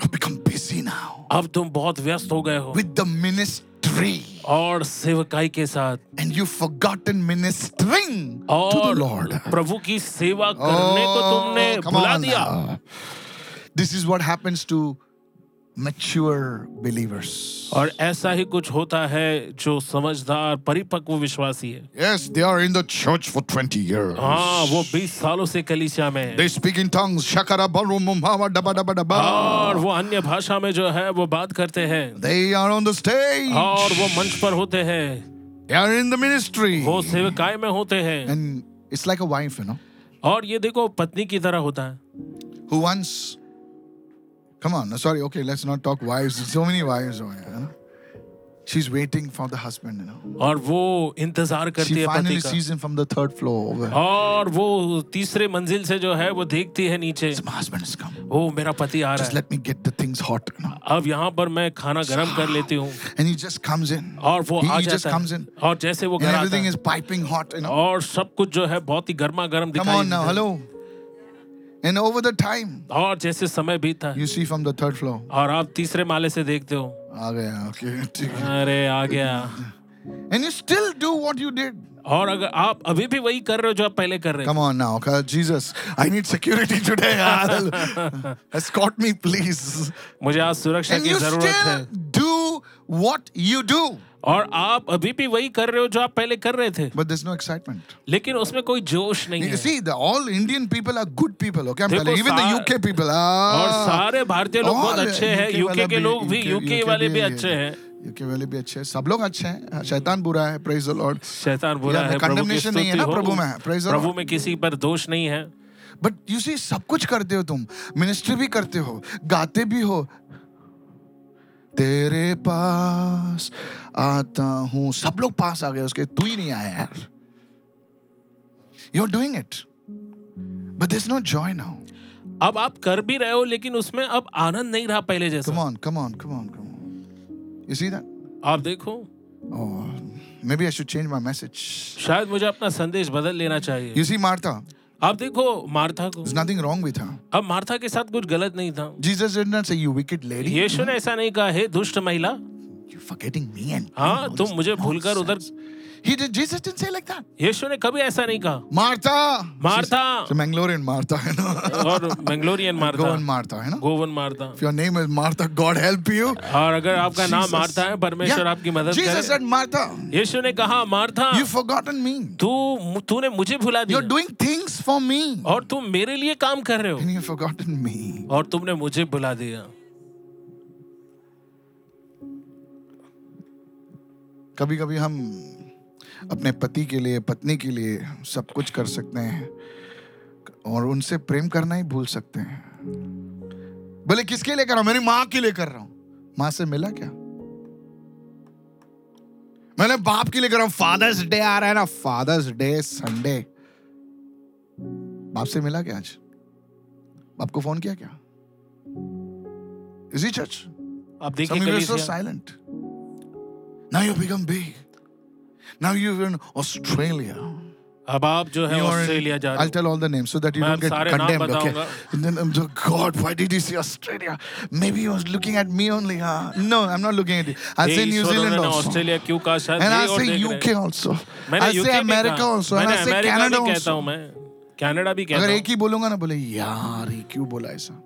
A: You've become busy now
B: अब तुम बहुत व्यस्त हो गए हो
A: with the ministry,
B: और सेवकाई के साथ
A: and you've forgotten ministering to the
B: और
A: Lord.
B: प्रभु की सेवा करने को तुमने
A: Oh, come
B: भुला
A: on
B: दिया
A: now. This is what happens to mature believers.
B: और ऐसा ही कुछ होता है जो समझदार परिपक्व विश्वासी है
A: Yes, they are in the church for 20 years.
B: हाँ वो 20 सालों से कलीसिया में है
A: They speak in tongues. Shakara baru mumhawa daba daba daba.
B: और वो अन्य भाषा में जो है वो बात करते हैं
A: They are on the stage.
B: और वो मंच पर होते हैं
A: They are in the ministry.
B: वो सेवकाय में होते हैं
A: And it's like a wife, you know,
B: और ये देखो पत्नी की तरह होता है
A: who once. Come on, sorry, okay, let's not talk wives. There's so many wives over here. you know. She's waiting for the husband, you know.
B: और वो इंतजार करती
A: She
B: है पति
A: finally
B: का
A: sees him from the third floor over.
B: और वो तीसरे मंजिल से जो है वो देखती है नीचे
A: My husband has come.
B: ओ मेरा पति आ रहा
A: Just
B: है
A: let me get the things hot, you know.
B: अब यहाँ पर मैं खाना गर्म कर लेती हूँ
A: And he just comes in.
B: और वो
A: he,
B: आ
A: he just
B: जाता
A: comes
B: है
A: in.
B: और जैसे वो घर
A: And
B: आता
A: everything
B: है
A: is piping hot, you know.
B: और सब कुछ जो है बहुत ही गर्मा गर्म
A: Come
B: दिखाई
A: on now,
B: देता है।
A: hello. And over the time,
B: और जैसे समय बीता
A: you see from the third floor.
B: और आप तीसरे माले से देखते हो
A: आ गया, okay, ठीक है.
B: अरे आ गया
A: And you still do what you did.
B: और अगर आप अभी भी वही कर रहे हो जो आप पहले कर रहे
A: Come on now, okay, Jesus. I need security today. yaar. Escort me, please.
B: हो मुझे आज सुरक्षा
A: And
B: की
A: you
B: जरूरत
A: still
B: है
A: do what you do.
B: और आप अभी भी वही कर रहे हो जो आप पहले कर रहे थे
A: But there's no excitement.
B: लेकिन उसमें कोई जोश नहीं
A: You
B: है
A: see, the all Indian people are good people, okay? I'm
B: देखो,
A: telling you. Even the
B: सा-
A: UK people.
B: और
A: Ah,
B: सारे भारतीय लोग बहुत
A: all
B: अच्छे हैं
A: UK
B: यूके
A: वाला
B: के
A: भी-
B: लोग भी यूके वाले भी अच्छे हैं
A: यूके वाले भी अच्छे हैं सब लोग अच्छे हैं हाँ, शैतान बुरा है प्रेज द लॉर्ड
B: शैतान बुरा
A: Yeah,
B: है प्रभु की
A: condemnation नहीं है
B: स्तुति
A: ना
B: हो
A: प्रभु में, praise the
B: प्रभु
A: Lord.
B: में किसी पर दोष नहीं है
A: बट यू सी सब कुछ करते हो तुम मिनिस्ट्री भी करते हो गाते भी हो तेरे पास आता हूं सब लोग पास आ गए उसके तू ही नहीं आया यार you are doing it but this not joy now
B: अब आप कर भी रहे हो लेकिन उसमें अब आनंद नहीं रहा पहले
A: कम
B: जैसा
A: on come on come on come on you see that
B: आप देखो
A: Oh, oh maybe I should change my message
B: शायद मुझे अपना संदेश बदल लेना चाहिए
A: यू सी मार्था
B: आप देखो मार्था को
A: There's nothing wrong with her.
B: अब मार्था के साथ कुछ गलत नहीं था
A: Jesus did not say, You wicked lady.
B: यीशु ने ऐसा नहीं कहा हे दुष्ट महिला
A: You're forgetting me and
B: हाँ तुम मुझे भूलकर उधर
A: He did. Jesus didn't say like that.
B: यीशु ने कभी ऐसा नहीं कहा
A: Martha.
B: Martha.
A: So Mangalorean Martha, you know.
B: और Mangalorean
A: Go
B: Martha
A: on, Martha, you know.
B: Goan Martha
A: If your name is Martha, God help you.
B: और अगर आपका नाम
A: Jesus.
B: मारता है परमेश्वर
A: Yeah.
B: आपकी मदद
A: Jesus
B: करे
A: said, Martha,
B: यीशु ने कहा मारता
A: you've forgotten me.
B: तू तूने मुझे भुला
A: You're
B: दिया
A: doing things for me.
B: और तुम मेरे लिए काम कर रहे हो
A: And you've forgotten me.
B: और तुमने मुझे भुला दिया
A: कभी कभी हम अपने पति के लिए पत्नी के लिए सब कुछ कर सकते हैं और उनसे प्रेम करना ही भूल सकते हैं बोले किसके लिए कर रहा हूं मेरी माँ के लिए कर रहा हूं माँ से मिला क्या मैंने बाप के लिए कर रहा हूं फादर्स डे आ रहा है ना फादर्स डे संडे बाप से मिला क्या आज बाप को फोन किया क्या इसी चर्च
B: आप
A: Some
B: देखिए
A: of you are so
B: कलीसिया-
A: silent. Now you become big. Now you're in Australia.
B: अब आप जो है
A: You are
B: ऑस्ट्रेलिया
A: in,
B: जा
A: I'll
B: रहे
A: tell all the names so that you
B: मैं
A: don't
B: अब
A: get
B: सारे नाम
A: condemned. Okay.
B: बताऊंगा।
A: And then I'm like, God, why did you see Australia? Maybe he was looking at me only. Huh? No, I'm not looking at you. I'll
B: हो
A: say
B: ये
A: New
B: ईश्वर
A: Zealand
B: उन्होंने
A: also.
B: ऑस्ट्रेलिया क्यों कहा शायद
A: And
B: यही
A: I'll
B: और
A: say
B: देख रहे
A: UK
B: हैं।
A: also.
B: मैंने
A: I'll
B: UK
A: say America also. And
B: मैंने
A: I'll say
B: अमेरिका
A: Canada
B: भी कहता हूं
A: also.
B: मैं कनाडा भी
A: अगर
B: कहता
A: एक ही बोलूंगा ना बोले यार ये क्यों बोला ऐसा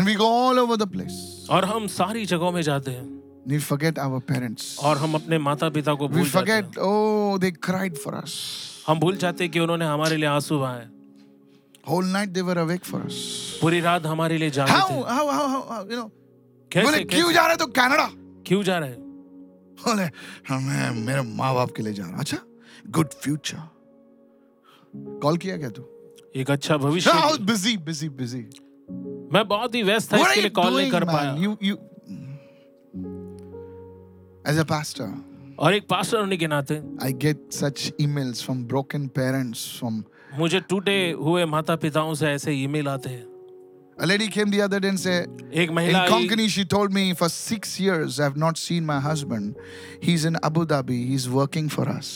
A: And we go all over the place.
B: हूं और हम सारी जगहों में जाते हैं
A: We forget our parents.
B: और हम अपने माता पिता को
A: We
B: भूल जाते
A: forget,
B: हैं
A: oh, they cried for us.
B: हम भूल जाते हैं कि उन्होंने हमारे लिए आंसू बहाए
A: Whole night they were awake for us.
B: पूरी रात हमारे लिए जागे
A: How,
B: थे
A: how, how, how, how you know?
B: कैसे
A: बोले क्यों
B: कैसे-
A: जा रहे तो कनाडा
B: क्यों जा रहे हैं
A: बोले "हाँ, मैं मेरे माँ बाप के लिए जा रहा हूँ." अच्छा गुड फ्यूचर कॉल किया क्या तू
B: एक अच्छा भविष्य
A: I was busy busy busy
B: मैं बहुत ही व्यस्त था इसके लिए कॉल नहीं कर पाया
A: you you as a pastor
B: और एक पास्टर होने के नाते
A: I get such emails from broken parents from
B: मुझे टूटे हुए माता पिताओं से ऐसे ईमेल आते हैं
A: A lady came the other day and said,
B: एक
A: In
B: महिला आई-
A: Konkani, she told me, for six years I have not seen my husband. He's in Abu Dhabi. He's working for us.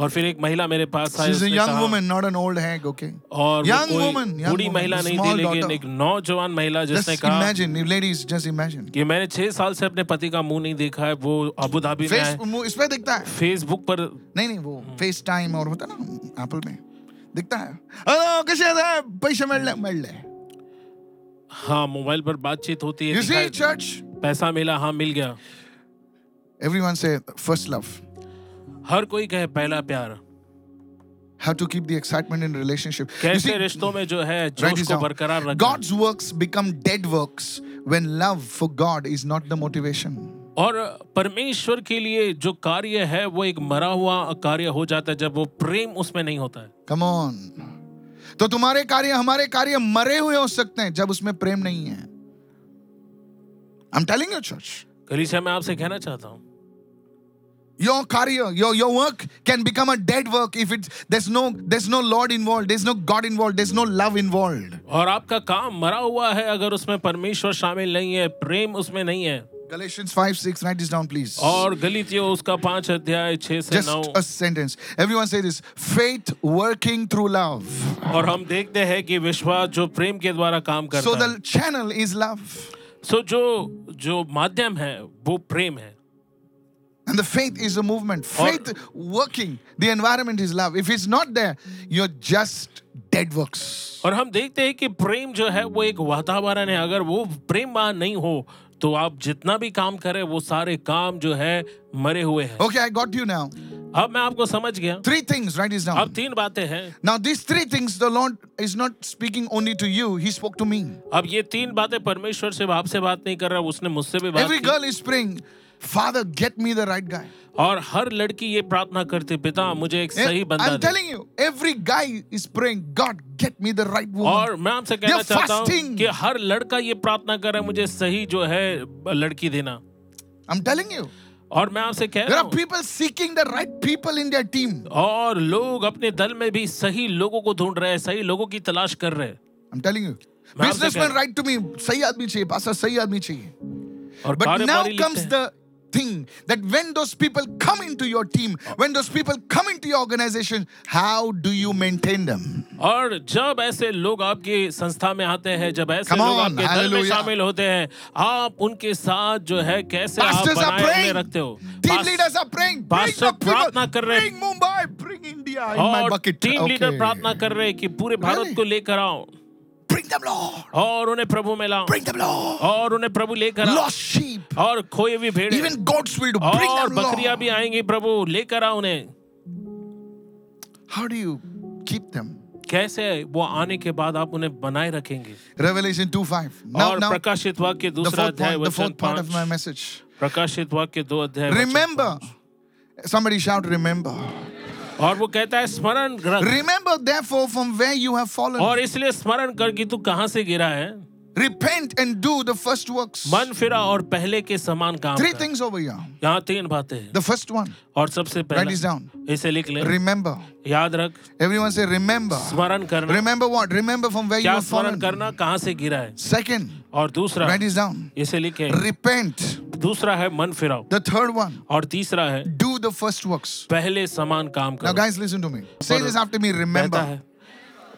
B: और फिर एक महिला मेरे पास आई
A: She's a
B: उसने
A: young
B: कहा-
A: woman, not an old hag, okay?
B: और वो
A: young
B: कोई
A: woman, young
B: बूढ़ी
A: woman,
B: महिला
A: a
B: नहीं थी
A: small
B: लेकिन
A: daughter.
B: एक नौजवान महिला
A: Just
B: जिसने कहा
A: imagine, you ladies, just imagine.
B: कि मैंने छह साल से अपने पति का मुंह नहीं देखा है वो अबू धाबी में
A: फेस
B: है
A: इस पे देखता है
B: फेसबुक पर
A: नहीं नहीं वो फेस टाइम और होता है ना एप्पल में दिखता है हेलो कैसे है पैसे मिल ले मिल ले
B: हाँ मोबाइल पर बातचीत होती है
A: यू सी
B: दिखाई-
A: चर्च
B: पैसा मिला हाँ मिल गया
A: एवरीवन से फर्स्ट लव
B: हर कोई कहे पहला प्यार
A: how to keep the excitement in relationship you
B: कैसे रिश्तों में जो है जोश को बरकरार रखना
A: God's works become dead works when love for God is not the motivation.
B: और परमेश्वर के लिए जो कार्य है वो एक मरा हुआ कार्य हो जाता है जब वो प्रेम उसमें नहीं होता है
A: Come on. तो तुम्हारे कार्य हमारे कार्य मरे हुए हो सकते हैं जब उसमें प्रेम नहीं है I'm telling you, church.
B: कलीसिया मैं आपसे कहना चाहता हूँ
A: Your career, your your work can become a dead work if it's there's no there's no Lord involved, there's no God involved, there's no love involved.
B: और आपका काम मरा हुआ है अगर उसमें परमेश्वर शामिल नहीं है प्रेम उसमें नहीं है
A: Galatians 5, 6, write this down, please.
B: और गलीतियों उसका पांच अध्याय छह से
A: Just
B: नौ
A: a sentence. Everyone say this. Faith working through love.
B: और हम देखते हैं कि विश्वास जो प्रेम के द्वारा काम
A: So
B: करता है
A: the channel is love.
B: So जो जो माध्यम है वो प्रेम है
A: And the faith is a movement. Faith working. The environment is love. If it's not there, you're just dead works.
B: और हम देखते हैं कि प्रेम जो है वो एक वातावरण है अगर वो प्रेम वहां नहीं हो तो आप जितना भी काम करें वो सारे काम जो है मरे हुए हैं
A: Okay, I got you now.
B: अब मैं आपको समझ गया
A: Three things, write this
B: अब
A: down.
B: तीन बातें हैं
A: Now, these three things, the Lord is not speaking only to you, He spoke to me.
B: अब ये तीन बातें परमेश्वर से आपसे बात नहीं कर रहा उसने मुझसे भी बात
A: Every
B: की
A: girl is praying, Father, get me the right guy. Eh,
B: और हर लड़की ये प्रार्थना करती पिता मुझे एक सही बंदा
A: I'm
B: दे
A: telling you, every guy is praying, God, get me the right woman.
B: और मैं आपसे कहना
A: They're
B: चाहता हूँ
A: fasting.
B: कि हर लड़का ये प्रार्थना कर रहा है मुझे सही जो है लड़की देना
A: I'm telling you,
B: और मैं आपसे कह
A: there
B: रहा
A: are
B: हूँ
A: people seeking the right people in their team.
B: और लोग अपने दल में भी सही लोगों को ढूंढ रहे हैं सही लोगों की तलाश कर रहे हैं
A: I'm telling you.
B: मैं आपसे कह
A: Businessman
B: रहा
A: write to me, सही आदमी चाहिए, पासा सही आदमी चाहिए.
B: और
A: But now
B: कारोबारी लिखते
A: comes
B: हैं
A: the thing that when those people come into your team, when those people come into your organization, how do you maintain them?
B: और जब ऐसे लोग आपकी संस्था में आते हैं जब ऐसे
A: Come
B: लोग
A: on,
B: आपके दल में
A: hallelujah.
B: शामिल होते हैं आप उन्हें साथ जो है कैसे आप
A: Pastors are
B: बनाए उन्हें
A: praying.
B: रखते हो
A: Team
B: pass-
A: leaders are praying. Bring
B: Pastor
A: the people.
B: प्रार्थना कर रहे हैं।
A: Bring Mumbai. Bring India in my
B: और
A: bucket.
B: Team leader
A: Okay.
B: प्रार्थना कर रहे हैं कि पूरे भारत
A: Really?
B: को लेकर आओ
A: Bring them, Lord.
B: और उन्हें प्रभु में लाओ
A: Bring them, Lord.
B: और उन्हें प्रभु लेकर आओ
A: Lost sheep.
B: और खोए हुई भेड़
A: Even goats will do. Bring
B: और
A: them,
B: बकरियां
A: Lord.
B: भी आएंगी प्रभु लेकर आओ उन्हें
A: How do you keep them?
B: कैसे वो आने के बाद आप उन्हें बनाए रखेंगे
A: Revelation 2.5. Now, now,
B: और
A: the
B: प्रकाशित वाक्य दूसरा
A: fourth
B: अध्याय
A: point, the
B: वचन
A: fourth part of my
B: पांच
A: message.
B: प्रकाशित वाक्य दो अध्याय वचन
A: Remember. Somebody shout, remember.
B: पांच। और वो कहता है स्मरण रख
A: Remember, therefore, from where you have fallen.
B: और इसलिए स्मरण कर कि तू कहाँ से गिरा है
A: Repent and do the first works.
B: मन फिरा और पहले के समान काम
A: Three
B: कर।
A: things over here.
B: यहाँ तीन बातें हैं
A: The first one,
B: और सबसे
A: write this
B: पहले
A: down.
B: इसे लिख ले
A: Remember.
B: याद रख
A: Everyone say, remember.
B: स्मरण करना
A: Remember what? Remember from where you
B: क्या
A: have
B: स्मरण
A: fallen.
B: करना कहाँ से गिरा है
A: Second,
B: और दूसरा
A: write this down.
B: इसे लिखे
A: Repent.
B: दूसरा है मन फिराओ
A: The third one,
B: और तीसरा है
A: do the first works.
B: पहले समान काम
A: Now,
B: करो
A: guys, listen to me. Say this after me.
B: कहता
A: Remember.
B: है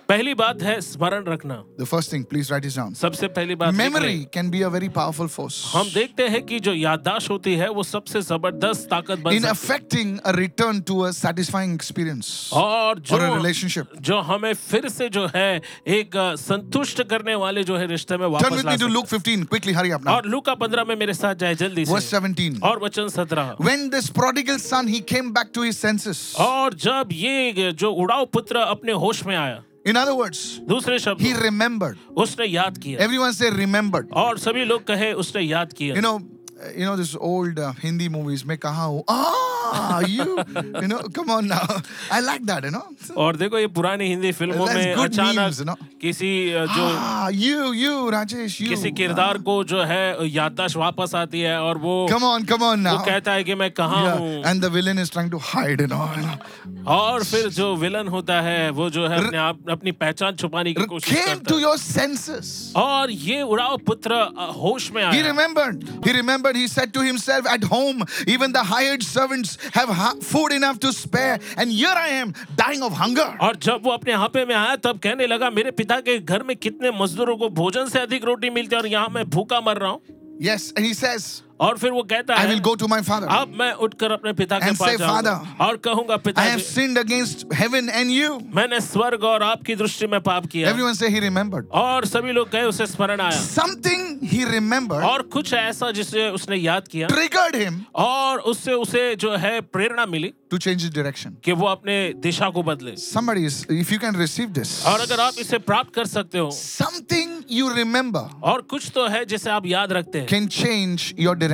B: पहली बात है स्मरण रखना
A: The first thing, please write this down.
B: सबसे पहली बात लिख ले।
A: Memory can be a very powerful force
B: हम देखते हैं कि जो याददाश्त होती है वो सबसे जबरदस्त ताकत बन
A: in
B: सकती है।
A: affecting a return to a satisfying experience
B: और जो
A: or a relationship.
B: जो हमें फिर से जो है एक अ, संतुष्ट करने वाले जो है रिश्ते में
A: Turn
B: वापस
A: with
B: ला
A: me to
B: सकते
A: Luke 15. Quickly, hurry up
B: हैं।
A: now.
B: और लूका 15 में मेरे साथ जाए जल्दी
A: Verse
B: से
A: 17.
B: और वचन 17
A: When this prodigal son he came back to his senses.
B: और जब ये जो उड़ाव पुत्र अपने होश में आया
A: In other words,
B: दूसरे शब्द
A: he remembered.
B: उसने याद किया
A: Everyone say remembered.
B: और सभी लोग कहे उसने याद
A: you
B: किया
A: know uh, you know this old uh, hindi movies mein kaha hu ah you you know come on now i like that you know
B: और देखो ये पुरानी हिंदी फिल्मों
A: That's
B: में
A: good
B: अचानक
A: memes, you know?
B: किसी अ, जो
A: ah you you rajesh you
B: किसी किरदार को जो है याददाश्त वापस आती है और वो
A: come on come on now
B: वो कहता है कि मैं कहाँ
A: yeah.
B: हूँ
A: and the villain is trying to hide you know, you know.
B: और फिर जो विलन होता है वो जो है अपने आप अपनी पहचान छुपाने की कोशिश
A: came
B: करता
A: to
B: है
A: your senses
B: और ये उड़ाव पुत्र अ, होश में
A: He
B: आया
A: remembered. He remembered. He said to himself, At home, even the hired servants have ha- food enough to spare, and here I am, dying of hunger.
B: और जब वो अपने हापे में आया तब कहने लगा मेरे पिता के घर में कितने मजदूरों को भोजन से अधिक रोटी मिलती है और यहाँ मैं भूखा मर रहा हूँ
A: Yes, and he says,
B: और फिर वो कहता
A: I
B: है
A: will go to my father.
B: अब मैं उठकर अपने पिता के
A: And
B: पास
A: say,
B: जाऊंगा
A: "Father,
B: और कहूंगा पिता
A: I have sinned against heaven and you.
B: मैंने स्वर्ग और आपकी दृष्टि में पाप किया
A: Everyone say he remembered.
B: और सभी लोग कहे उसे स्मरण आया
A: Something he remembered
B: और कुछ ऐसा जिसे उसने याद किया
A: triggered him
B: और उससे उसे जो है प्रेरणा मिली
A: to change his direction.
B: कि वो अपने दिशा को बदले
A: Somebody is, if you can receive this,
B: और अगर आप इसे प्राप्त कर सकते हो
A: something you remember
B: और कुछ तो है जिसे आप याद रखते हैं
A: can change your direction.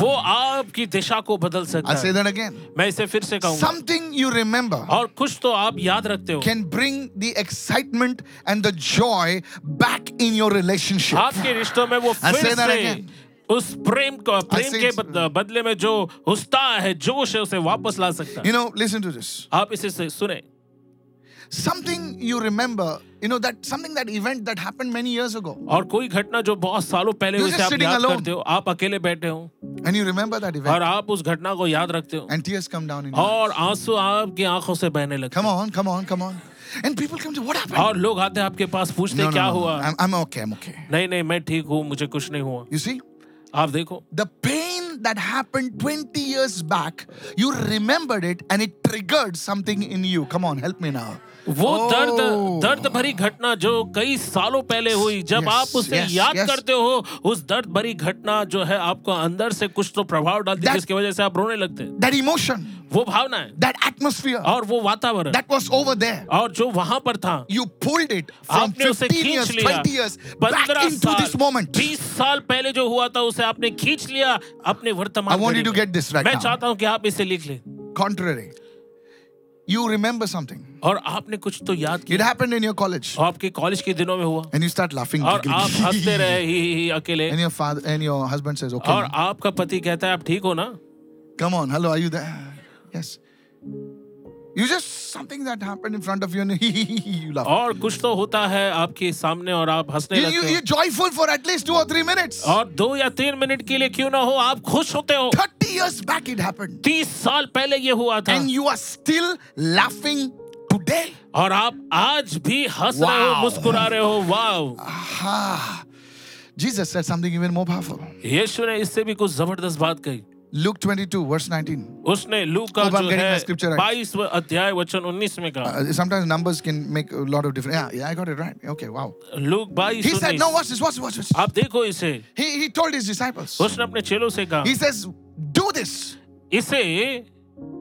B: वो आपकी दिशा को बदल सकता
A: I'll say
B: है
A: that again.
B: मैं इसे फिर से कहूंगा
A: Something you remember
B: और कुछ तो आप याद रखते हो
A: can bring the excitement and the joy back in your relationship.
B: आपके रिश्तों में वो
A: I'll
B: फिर
A: say that
B: से
A: again.
B: उस प्रेम को प्रेम
A: say
B: के
A: it's-
B: बद- बदले में जो उत्साह है जोश है उसे वापस ला सकता है
A: You know, listen to this.
B: आप इसे से- सुने
A: Something you remember, you know, that something that event that happened many years ago,
B: और कोई घटना जो बहुत सालों पहले
A: You're
B: हुई थी
A: just
B: आप
A: sitting
B: याद
A: alone.
B: करते हो आप अकेले बैठे हो
A: and you remember that
B: और
A: event,
B: आप उस घटना को याद रखते हो
A: and tears come down in your
B: और आंसू आपकी आंखों से बहने लगते
A: Come on, come on, come on. And people come to what happened?
B: और लोग आते हैं आपके पास पूछते
A: No,
B: हैं
A: no,
B: क्या
A: no, no.
B: हुआ
A: I'm, I'm okay, I'm okay.
B: नहीं नहीं मैं ठीक हूँ मुझे कुछ नहीं हुआ
A: You see,
B: आप देखो
A: the pain that happened 20 years back, you remembered it and it triggered something in you. Come on, help me now.
B: वो
A: Oh.
B: दर्द दर्द भरी घटना जो कई सालों पहले हुई जब
A: Yes,
B: आप उसे
A: yes,
B: याद
A: yes.
B: करते हो उस दर्द भरी घटना जो है आपको अंदर से कुछ तो प्रभाव डालती है
A: That-
B: जिसकी वजह से आप रोने लगते हैं
A: That emotion,
B: वो भावना है
A: that atmosphere
B: और वो वातावरण
A: that was over there.
B: और जो वहां पर था
A: You pulled it from
B: आपने उसे
A: 15
B: खींच
A: years,
B: लिया
A: 20 years back
B: पंद्रह
A: into this
B: साल
A: moment.
B: बीस साल पहले जो हुआ था उसे आपने खींच लिया अपने वर्तमान
A: I want you
B: घड़ी
A: to
B: में।
A: get this right
B: मैं
A: now.
B: चाहता हूँ कि आप इसे लिख लें
A: Contrary, you remember something.
B: और आपने कुछ तो याद
A: It
B: किया
A: happened in your college,
B: और आपके कॉलेज के दिनों में हुआ
A: and you start laughing.
B: और
A: giggling.
B: आप हंसते रहे ही, ही, ही अकेले
A: and your father and your husband says, "Okay,
B: और आपका पति कहता है आप ठीक हो ना
A: Come on, hello, are you there? Yes. You just something that happened in front of you and you laugh.
B: और कुछ तो होता है आपके सामने और आप हंसने
A: You, you,
B: लगते
A: you're joyful for at least two or three minutes.
B: हो और दो या तीन मिनट के लिए क्यों ना हो आप खुश होते हो
A: 30 years back it happened.
B: तीस साल पहले ये हुआ था
A: And you are still laughing today.
B: और आप आज भी हंस रहे हो
A: Wow.
B: मुस्कुरा रहे हो wow
A: Aha. Jesus said something even more powerful.
B: यीशु ने इससे भी कुछ जबरदस्त बात कही
A: Luke 22, verse 19.
B: उसने लू का
A: Hope I'm
B: जो
A: getting
B: है
A: my scripture right.
B: 22 अध्याय वचन 19 में कहा
A: Uh, sometimes numbers can make a lot of difference. Yeah, yeah, I got it right. Okay, wow.
B: Luke 22
A: He said,
B: 19
A: No, watch this, watch this, watch this.
B: आप देखो इसे
A: He, he told his disciples,
B: उसने अपने चेलों से कहा
A: He says, Do this
B: इसे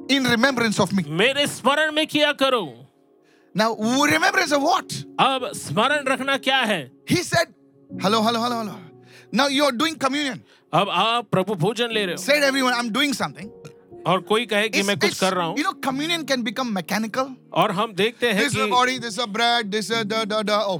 A: in remembrance of me.
B: मेरे स्मरण में किया करो
A: Now, remembrance of what?
B: अब स्मरण रखना क्या है
A: He said, Hello, hello, hello, hello. Now you're doing communion.
B: अब आप प्रभु भोजन ले रहे
A: Said everyone, I'm doing something.
B: हो और कोई कहे कि
A: It's-
B: मैं कुछ
A: it's-
B: कर रहा हूँ
A: You know, communion can become mechanical.
B: और हम देखते हैं
A: This is a
B: कि
A: body, this is a bread, this is a da da da. Oh.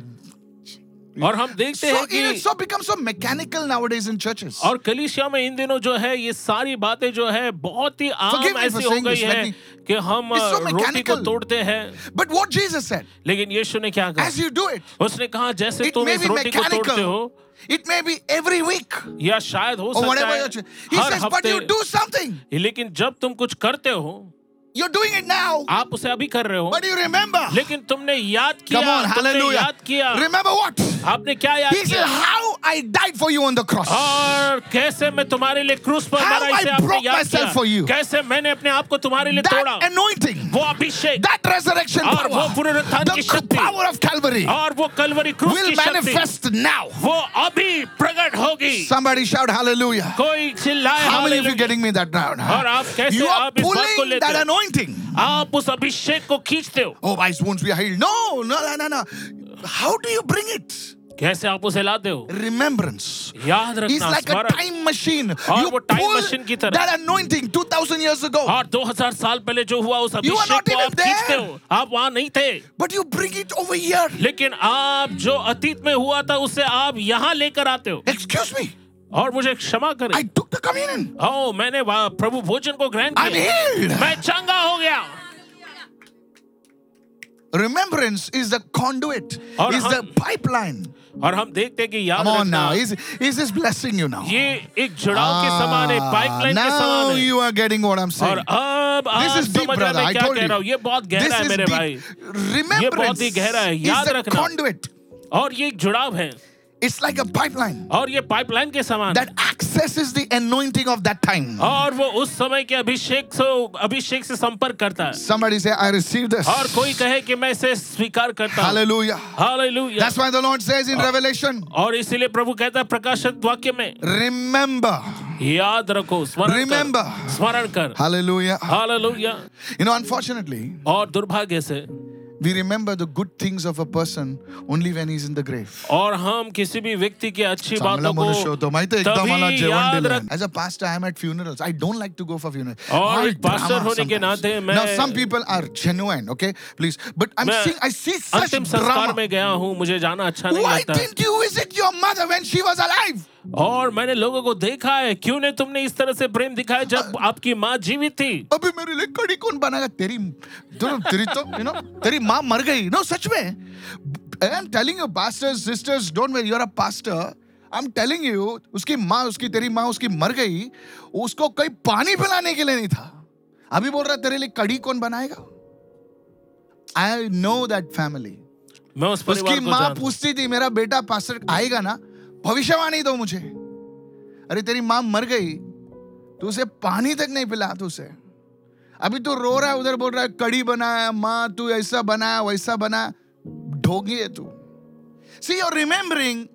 B: और हम देखते
A: So
B: हैं
A: it
B: कि
A: so becomes so mechanical nowadays in churches.
B: और कलीसिया में इन दिनों जो है ये सारी बातें जो है बहुत ही
A: Forgive me
B: आम
A: for
B: ऐसी हो
A: saying
B: गई
A: this,
B: है
A: let
B: कि हम
A: It's so
B: रोटी को
A: mechanical.
B: तोड़ते हैं
A: But what Jesus said,
B: लेकिन यीशु ने क्या
A: as
B: कहा
A: you do it,
B: उसने कहा जैसे
A: it
B: तुम
A: may
B: इस
A: be
B: रोटी को तोड़ते हो
A: mechanical. It may be every week
B: या शायद हो
A: or
B: सकता
A: whatever your church. He
B: है हर
A: says, but you
B: हफ्ते
A: do something.
B: लेकिन जब तुम कुछ करते हो
A: You're doing it now.
B: आप उसे अभी कर रहे हो
A: But you remember.
B: लेकिन तुमने याद
A: Come
B: किया
A: on,
B: तुमने
A: hallelujah.
B: याद किया
A: Remember what?
B: आपने क्या याद
A: He said,
B: किया
A: How I died for you on the cross.
B: Ah, और कैसे मैं तुम्हारे लिए क्रूस पर
A: How
B: मरा
A: I
B: इसे आपने
A: broke
B: याद
A: myself for
B: किया
A: you.
B: कैसे मैंने अपने आप को तुम्हारे लिए तोड़ा
A: That anointing.
B: वो अभिषेक
A: that resurrection
B: और
A: power,
B: वो पुनरुत्थान की
A: the
B: शक्ति
A: power of Calvary
B: और वो कलवरी क्रूस
A: will
B: की शक्ति
A: manifest now.
B: वो अभी प्रकट होगी
A: Somebody shout hallelujah.
B: कोई चिल्लाए
A: How many of you
B: hallelujah.
A: getting me that now?
B: और आप कैसे
A: You are
B: आप इस बात को
A: pulling
B: लेते
A: that
B: हो?
A: anointing.
B: आप उस अभिषेक को खींचते हो
A: Oh, my wounds we are healed. No, no, no, no, no. How do you bring it?
B: कैसे आप उसे लाते हो
A: Remembrance. It's
B: याद रखना
A: like a
B: स्मरण
A: time machine.
B: और
A: You
B: वो time
A: pull
B: machine की तरह।
A: that anointing 2,000 years ago,
B: और 2000 साल पहले जो हुआ उस
A: You are
B: अभिषेक
A: not
B: को आप
A: even there.
B: खींचते हो आप वहां नहीं थे
A: but you bring it over here.
B: लेकिन आप जो अतीत में हुआ था उसे आप यहाँ लेकर आते हो
A: Excuse me.
B: और मुझे क्षमा करें
A: I took the communion.
B: ओ मैंने वहाँ प्रभु भोजन को ग्रहण
A: I'm
B: किया
A: healed.
B: मैं चंगा हो गया
A: Remembrance is the conduit,
B: और
A: is the
B: हम-
A: pipeline.
B: और हम देखते हैं कि याद
A: Come on
B: रखना
A: now. Is, is this blessing you now?
B: ये एक जुड़ाव के समान है
A: Ah,
B: पाइपलाइन के
A: now
B: समान है
A: you are getting what I'm
B: और
A: saying.
B: अब आप
A: This is deep,
B: समझ रहे हैं
A: brother.
B: मैं
A: I
B: क्या
A: told
B: कह रहा
A: you.
B: हूँ ये बहुत
A: This
B: गहरा है
A: is
B: मेरे
A: deep.
B: भाई
A: Remembrance
B: ही गहरा है,
A: is
B: याद
A: the
B: रखना।
A: conduit.
B: और ये एक जुड़ाव है
A: It's like a pipeline
B: और ये पाइपलाइन के समान है
A: that accesses the anointing of that time.
B: और वो उस समय के अभिषेक से अभिषेक से संपर्क करता है
A: Somebody say, I receive this.
B: और कोई कहे कि मैं इसे स्वीकार करता हूँ
A: Hallelujah.
B: Hallelujah
A: That's why the Lord says in Revelation,
B: और इसीलिए प्रभु कहता है प्रकाशित वाक्य में
A: remember.
B: याद रखो स्मरण
A: Remember.
B: कर स्मरण कर
A: Hallelujah.
B: Ah. Hallelujah
A: You know, unfortunately,
B: और दुर्भाग्य से
A: we remember the good things of a person only when he's in the grave.
B: और हम किसी भी व्यक्ति की अच्छी
A: चांगला
B: बातों
A: मनुष्य तो
B: को
A: होतो माहिती आहे, एकदा मला
B: तभी
A: जेवण
B: याद
A: दिलं
B: रख
A: as a pastor I am at funerals I don't like to go for
B: और एक pastor होने के नाते मैं-
A: some people are genuine okay please but I
B: मैं
A: सीइंग आय सी सच
B: अंतिम संस्कार
A: ड्रामा
B: में गया हूँ मुझे जाना अच्छा नहीं
A: Why
B: लगता
A: didn't you visit your mother when she was alive?
B: और मैंने लोगों को देखा है क्यों नहीं तुमने इस तरह से प्रेम दिखाया जब आपकी माँ जीवित थी
A: अभी मेरे लिए कड़ी कौन बनाएगा तेरी तो तेरी तो you know तेरी माँ मर गई नो सच में I am telling you pastors sisters don't very you are a pastor I am telling you उसकी माँ उसकी तेरी माँ उसकी मर गई उसको कहीं पानी पिलाने के लिए नहीं था अभी बोल रहा है, तेरे लिए कड़ी कौन बनाएगा आई नो दैट फैमिली
B: मैं उस
A: उसकी
B: परिवार को
A: माँ
B: जानता हूँ।
A: पूछती थी मेरा बेटा पास्टर आएगा ना भविष्यवाणी दो मुझे अरे तेरी माँ मर गई तू उसे पानी तक नहीं पिला तू उसे अभी तू रो रहा है उधर बोल रहा है कड़ी बनाया माँ तू ऐसा बनाया वैसा बना ढोगी है तू see your remembering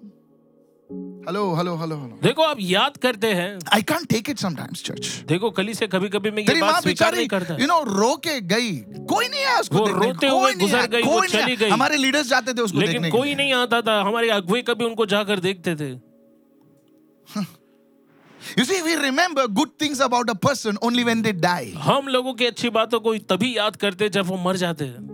A: hello hello hello hello
B: देखो आप याद करते हैं
A: I can't take it sometimes church
B: देखो कली से कभी कभी मैं ये
A: तेरी माँ
B: बात स्वीकार
A: बेचारी
B: नहीं करता
A: यू नो रो के गई कोई नहीं आया उसको
B: वो
A: देखने
B: रोते
A: कोई
B: हुए
A: नहीं
B: गुजर
A: आया,
B: गई, वो
A: कोई नहीं
B: चली
A: आया।
B: गई।
A: हमारे लीडर्स जाते थे उसको देखने
B: लेकिन
A: के
B: कोई
A: लिए।
B: नहीं आता था हमारे अगुए कभी उनको जाकर देखते थे
A: You see, we remember good things about a person only when they die.
B: हम लोगों की अच्छी बातों को तभी याद करते जब वो मर जाते हैं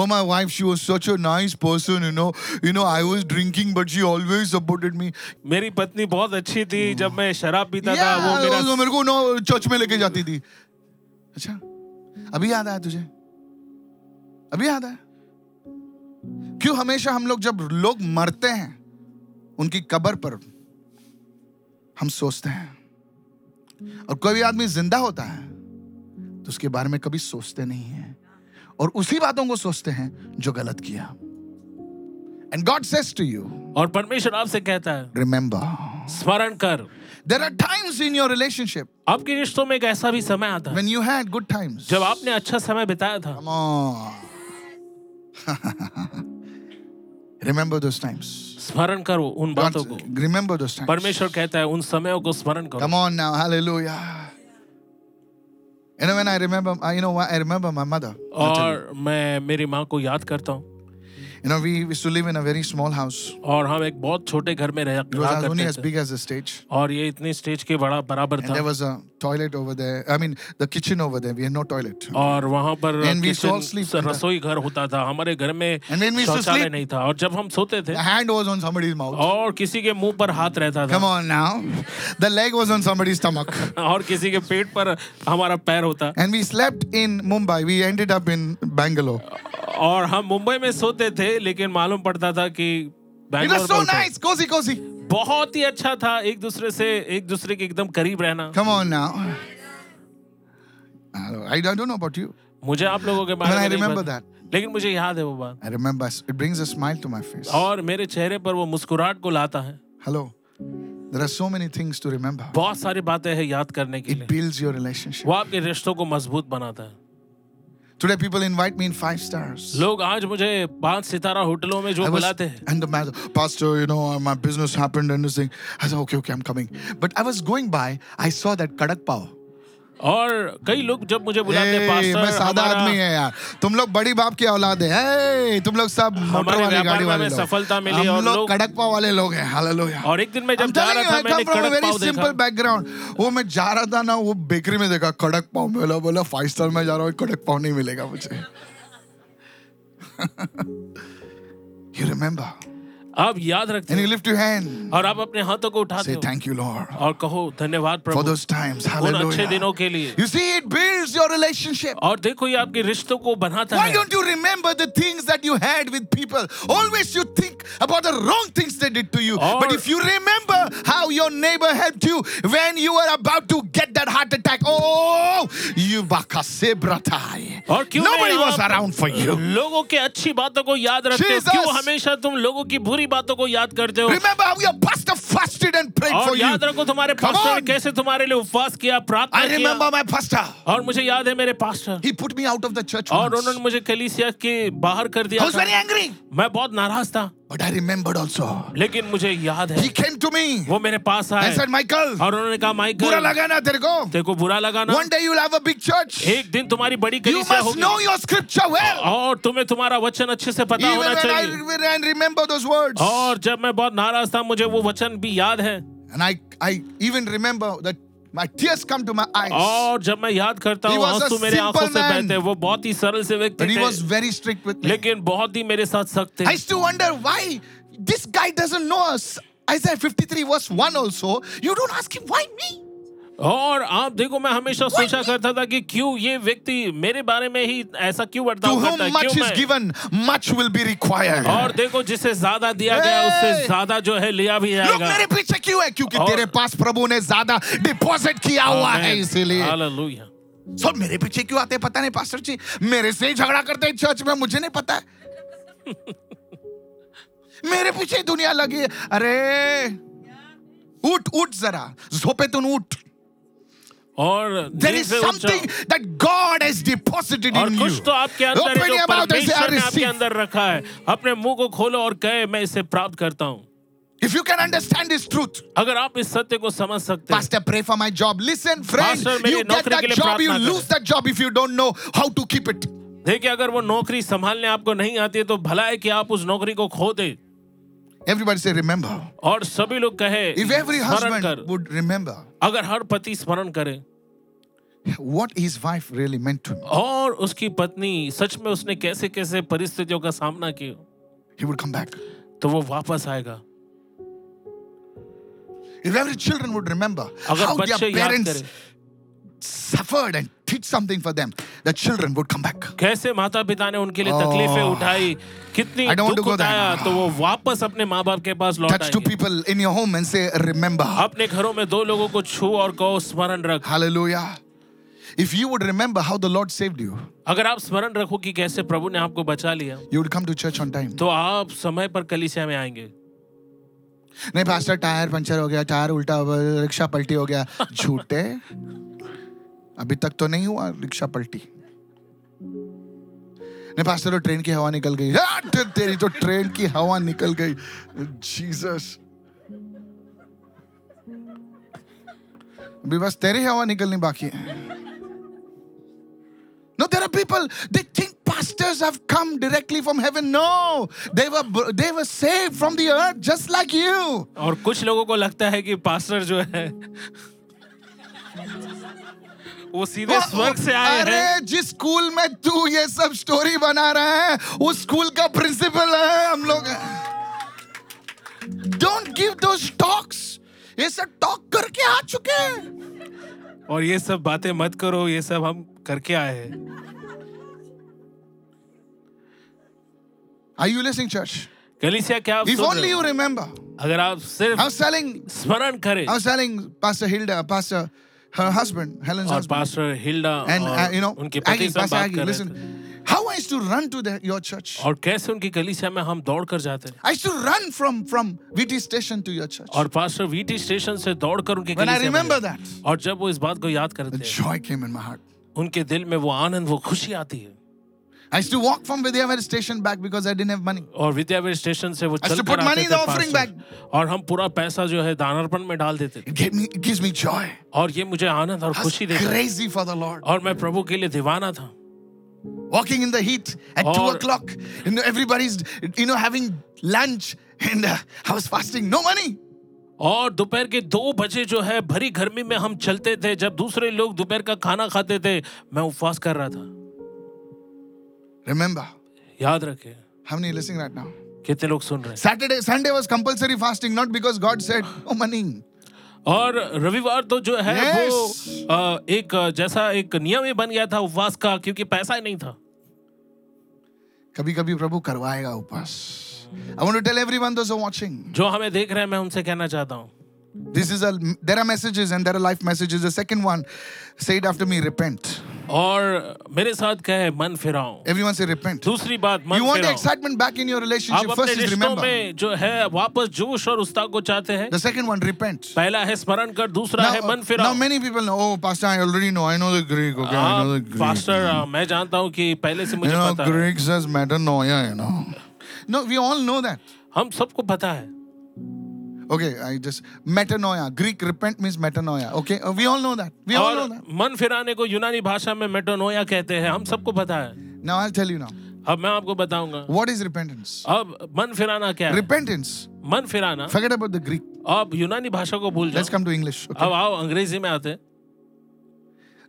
A: Oh, my wife, she was such a nice person, you know. You know, I was drinking, but she always supported me.
B: मेरी पत्नी बहुत अच्छी थी जब मैं शराब पीता था
A: Yeah,
B: वो
A: वो
B: मेरा
A: मेरे को ना चर्च में लेके जाती थी अच्छा अभी याद आया तुझे अभी याद आया क्यों हमेशा हम लोग जब लोग मरते हैं उनकी कब्र पर हम सोचते हैं और कोई भी आदमी जिंदा होता है तो उसके बारे में कभी सोचते नहीं है और उसी बातों को सोचते हैं जो गलत किया and God says to you
B: और परमेश्वर आपसे कहता है
A: रिमेंबर
B: स्मरण कर
A: there are times in your relationship
B: आपके रिश्तों में एक ऐसा भी समय आता है
A: when you had good times
B: जब आपने अच्छा समय बिताया था
A: Come on. remember those times.
B: स्मरण करो उन बातों को
A: God, remember those times.
B: परमेश्वर कहता है उन समयों को स्मरण करो
A: Come on now, hallelujah. You know when I remember, I, you know why I remember my mother. I'll tell
B: और मैं मेरी माँ को याद करता हूँ
A: you. You know we used to live in a very small house.
B: और हम एक बहुत छोटे घर में रह
A: It was
B: रहा
A: only
B: करते
A: as
B: थे
A: big as the stage,
B: और ये इतनी स्टेज के बड़ा बराबर
A: and there
B: था
A: was a toilet over there. I mean, the kitchen over there. We had no toilet.
B: और वहाँ पर
A: And we used to all
B: kitchen-
A: sleep in the-
B: रसोई घर होता था हमारे घर में
A: And when we used to
B: शौचालय
A: sleep-
B: नहीं था और जब हम सोते थे
A: The hand was on somebody's mouth.
B: और किसी के मुंह पर हाथ रहता
A: Come
B: था
A: on now, the leg was on somebody's stomach.
B: और किसी के पेट पर हमारा पैर होता
A: And we slept in Mumbai. We ended up in Bangalore.
B: और हम मुंबई में सोते थे लेकिन मालूम पड़ता था कि
A: It was
B: बैंगलोर
A: so
B: में होते।
A: nice, cozy, cozy.
B: बहुत ही अच्छा था एक दूसरे से एक दूसरे के एकदम करीब रहना
A: Come on now. I I don't know about you.
B: मुझे आप लोगों के
A: But I
B: बारे में नहीं
A: remember
B: पता। लेकिन मुझे याद है वो बात
A: I remember it brings a smile to my face.
B: और मेरे चेहरे पर वो मुस्कुराहट को लाता है
A: Hello. There are so many things to remember.
B: बहुत सारी बातें हैं याद करने के
A: It
B: लिए
A: builds your relationship.
B: वो आपके रिश्तों को मजबूत बनाता है
A: Today people invite me in five stars.
B: लोग आज मुझे पांच सितारा होटलों में
A: I
B: जो
A: was,
B: बुलाते हैं
A: and the man, pastor, you know, uh, my business happened and this thing. I said, okay, okay, I'm coming. But I was going by, I saw that kadak pao.
B: और कई लोग जब मुझे बुलाते हैं
A: Hey, मैं
B: पास्टर
A: सादा आदमी
B: हमारा
A: है यार तुम लोग बड़ी बाप की औलाद है hey, तुम लोग सब मोटर
B: हमारे
A: वाली
B: व्यापार
A: गाड़ी
B: में
A: वाले
B: हमें
A: लोग
B: सफलता मिली
A: हम
B: और
A: लोग
B: लोग-
A: कड़कपा वाले लोग हैं हालेलुया
B: और एक दिन मैं
A: I'm
B: जब जा
A: telling you,
B: रहा था
A: I
B: मैंने
A: come from a
B: कड़क
A: very
B: पाव
A: simple
B: देखा
A: background. वो मैं जा रहा था ना वो बेकरी में देखा कड़क पाव मिला बोला फाइव स्टार में जा रहा हूँ कड़क पाव नहीं मिलेगा मुझे you remember
B: आप याद रखते
A: and
B: हैं
A: you lift your hand
B: और आप अपने हाथों को उठाते
A: say
B: हो
A: thank you Lord
B: और कहो धन्यवाद
A: for
B: प्रभु
A: those times
B: उन अच्छे
A: hallelujah
B: दिनों के लिए
A: you see it builds your relationship
B: और देखो ये आपके रिश्तों को बनाता
A: Why
B: है
A: don't you remember the things that you had with people? Always you think about the wrong things they did to you.
B: Or-
A: but if you remember how your neighbor helped you when you were about to get that heart attack, oh, you bakasebratai.
B: और क्यों नहीं
A: Nobody was
B: आप-
A: around for you.
B: लोगों की अच्छी बातों को याद रखते हो
A: Jesus!
B: क्यों हमेशा तुम लोगों की बुरी बातों को याद करते हो
A: Remember how your pastor fasted and prayed for
B: और
A: you.
B: याद रखो तुम्हारे
A: Come
B: पास्टर ने
A: on.
B: कैसे तुम्हारे लिए उपवास किया प्रार्थना
A: I
B: किया
A: remember my pastor.
B: और मुझे याद है मेरे pastor
A: He put me out of the church
B: और
A: once.
B: उन्होंने मुझे कलीसिया के बाहर कर
A: I
B: दिया
A: was
B: था।
A: very angry.
B: मैं बहुत नाराज था
A: But I remembered also.
B: लेकिन मुझे याद
A: He
B: है
A: came to me
B: वो मेरे पास
A: and
B: आए
A: said, Michael,
B: और उन्होंने
A: बुरा
B: कहा माइकल
A: लगा ना तेरे को?
B: तेरे को बुरा लगा ना
A: One day you'll have a big church.
B: एक दिन तुम्हारी बड़ी
A: You
B: कलीसिया
A: must know
B: होगी
A: your scripture well.
B: और तुम्हें तुम्हारा वचन अच्छे से पता
A: Even oh, when
B: होना
A: I, Oh.
B: चाहिए
A: when I remember those words.
B: और जब मैं बहुत नाराज था मुझे वो वचन भी याद है
A: And I, I even remember that my tears come to my eyes.
B: और जब मैं याद करता
A: He
B: हूँ
A: was a
B: आंसू मेरे
A: simple
B: आंखों से
A: man.
B: बहते हैं। वो बहुत ही सरल से व्यक्ति
A: But he was
B: थे
A: very strict with me.
B: लेकिन बहुत ही मेरे साथ सख्त
A: I
B: थे
A: used to wonder why this guy doesn't know us. Isaiah 53 verse 1 also. You don't ask him, why me?
B: और आप देखो मैं हमेशा सोचा करता था कि क्यों ये व्यक्ति मेरे बारे में ही ऐसा क्यों
A: To
B: बर्ताव करता है
A: whom much
B: क्यों
A: is
B: मैं
A: given, much will be required.
B: और देखो जिसे ज्यादा दिया गया
A: Hey!
B: उससे ज्यादा जो है लिया भी
A: लोग
B: जाएगा
A: मेरे पीछे क्यों है क्योंकि
B: और-
A: तेरे पास प्रभु ने ज्यादा डिपॉजिट किया हुआ है इसीलिए
B: हालेलुया
A: सब मेरे पीछे क्यों आते हैं पता नहीं पास्टर जी मेरे से ही झगड़ा करते हैं चर्च में मुझे नहीं पता है मेरे पीछे ही दुनिया लगी है अरे उठ उठ जरा झोपेतुन उठ
B: और
A: देर
B: धीरे
A: इज
B: से उठ
A: समथिंग
B: जाओ।
A: दैट गॉड हैज डिपॉजिटेड
B: और
A: इन यू
B: कुछ तो आपके अंदर है जो परमेश्वर ने आपके अंदर रखा है अपने मुंह को खोलो और कहे मैं इसे प्राप्त करता हूँ
A: if you can understand this truth
B: अगर आप इस सत्य को समझ सकते हैं
A: Pastor, pray for my job. Listen, friend,
B: Pastor, मेरी
A: you get
B: नौकरी
A: that
B: के लिए
A: job, you
B: प्रार्थना करें।
A: lose that job if you don't know how to keep it.
B: देखिए अगर वो नौकरी संभालने आपको नहीं आती है तो भला है कि आप उस नौकरी को खो दे
A: Everybody say, remember.
B: और सभी लोग कहे
A: If every
B: स्मरण कर
A: husband would remember
B: अगर हर पति स्मरण करे
A: what his wife really meant to him,
B: और उसकी पत्नी सच में उसने कैसे कैसे परिस्थितियों का सामना किया
A: he would come back.
B: तो वो वापस आएगा
A: If every children would remember
B: अगर
A: how their
B: बच्चे याद
A: parents
B: करें
A: suffered and did something for them, the children would come back.
B: कैसे माता पिता ने उनके लिए तकलीफें उठाई कितनी
A: Oh. I don't want
B: दुख
A: to go there.
B: उठाया तो वो वापस अपने माँ बाप के पास लौट
A: Touch two
B: आएंगे
A: people in your home and say, Remember.
B: अपने घरों में दो लोगों को छू और कहो स्मरण रख
A: Hallelujah. If you would remember how the Lord saved you,
B: अगर आप स्मरण रखो कि कैसे प्रभु ने आपको बचा लिया
A: you would come to church on time.
B: तो आप समय पर कलिसिया में आएंगे
A: नहीं पास्टर टायर पंचर हो गया टायर उल्टा हो गया, रिक्शा पलटी हो गया झूठे अभी तक तो नहीं हुआ रिक्शा पलटी नहीं पास्टर तो ट्रेन की हवा निकल गई "आ, ते- तेरी तो ट्रेन की हवा निकल गई जीसस अभी बस तेरी हवा निकलनी बाकी है No, there are people they think pastors have come directly from heaven. No, they were they were saved from the earth just like you.
B: और कुछ लोगों को लगता है कि पास्टर जो है वो सीधे स्वर्ग से आए हैं
A: अरे जिस स्कूल में तू ये सब स्टोरी बना रहा है उस स्कूल का प्रिंसिपल है हम लोग डोंट गिव दोस टॉक्स ये सब टॉक करके आ चुके हैं
B: और ये सब बातें मत करो ये सब हम करके आए हैं
A: आर यू लिसनिंग चर्च
B: कलिसिया क्या आप
A: इफ
B: सुन
A: ओनली
B: रहे
A: यू
B: हो?
A: रिमेंबर
B: अगर आप
A: आई
B: सिर्फ
A: वाज टेलिंग
B: स्मरण करें
A: I was telling pastor Hilda pastor her husband Helen's
B: और
A: husband
B: पास्टर हिल्डा
A: and
B: और
A: uh, you know
B: उनके
A: Aggie,
B: पति से
A: Pastor
B: बात
A: Aggie,
B: कर रहे
A: listen
B: थे
A: how I used to run to the, your church
B: और कैसे उनकी कलिसिया में हम दौड़ कर जाते हैं
A: I used to run from from VT station to your church
B: और पास्टर वीटी स्टेशन से दौड़ कर उनके
A: when I
B: कलीसिया में
A: remember
B: गए।
A: that अच्छा।
B: और जब वो इस बात को याद करते हैं
A: joy came in my heart.
B: उनके दिल में वो आनंद वो खुशी आती है
A: I used to walk from Vidyavara station back because I didn't have money.
B: और विद्यावीर स्टेशन से वो
A: I used
B: चल
A: to
B: कर
A: put money
B: आते
A: in
B: थे
A: the offering
B: पास्टर और हम पूरा पैसा जो है दानार्पण में डाल देते थे
A: It gave me, it gives me joy.
B: और ये मुझे आनंद और
A: I was
B: खुशी देता
A: crazy for the Lord.
B: और मैं प्रभु के लिए दीवाना था
A: Walking in the heat at two
B: Or-
A: o'clock, you know, everybody's, you know, having lunch, and uh, I was fasting, no money.
B: और दोपहर के दो बजे जो है भरी गर्मी में हम चलते थे जब दूसरे लोग दोपहर का खाना खाते थे मैं उपवास कर रहा था
A: Remember,
B: याद रखे
A: how many are listening right now?
B: कितने लोग सुन रहे हैं
A: Saturday, Sunday was compulsory fasting, not because God said, no money.
B: और रविवार तो जो है
A: Yes.
B: वो अ, एक अ, जैसा एक नियम ही बन गया था उपवास का क्योंकि पैसा ही नहीं था
A: कभी कभी प्रभु करवाएगा उपास I want to tell everyone those who are watching.
B: जो हमें देख रहे हैं मैं उनसे कहना चाहता हूँ
A: This is a there are messages and there are life messages. The second one, say it after me, repent.
B: और मेरे साथ कहे मन फिराओ
A: Everyone say repent.
B: दूसरी बात
A: You
B: मन
A: want the
B: फिराओ
A: excitement back in your
B: आप
A: relationship.
B: अपने
A: First is
B: रिश्तों
A: remember.
B: में जो है वापस जोश और उत्साह को चाहते हैं
A: The second one, repent.
B: पहला है स्मरण कर दूसरा है
A: Now,
B: मन
A: now
B: फिराओ
A: many people know. Oh, Pastor, I already know. I know the Greek. Okay, I
B: Ah,
A: know the Greek.
B: Pastor मैं जानता हूँ कि पहले से
A: You
B: मुझे
A: know,
B: पता है
A: Greek says metanoia. You know. No, we all know that.
B: हम सबको पता है
A: Okay, I just metanoia. Greek repent means metanoia. Okay, Uh, we all know that. We all
B: और
A: know that.
B: मन फिराने को यूनानी भाषा में मेटोनोया कहते हैं हम सबको पता है
A: Now I'll tell you now.
B: अब मैं आपको बताऊंगा
A: What is repentance?
B: अब मन फिराना क्या है
A: Repentance.
B: मन फिराना
A: Forget about the Greek.
B: अब यूनानी भाषा को भूल
A: Let's
B: जाओ
A: come to English. Okay.
B: अब आओ अंग्रेजी में आते हैं।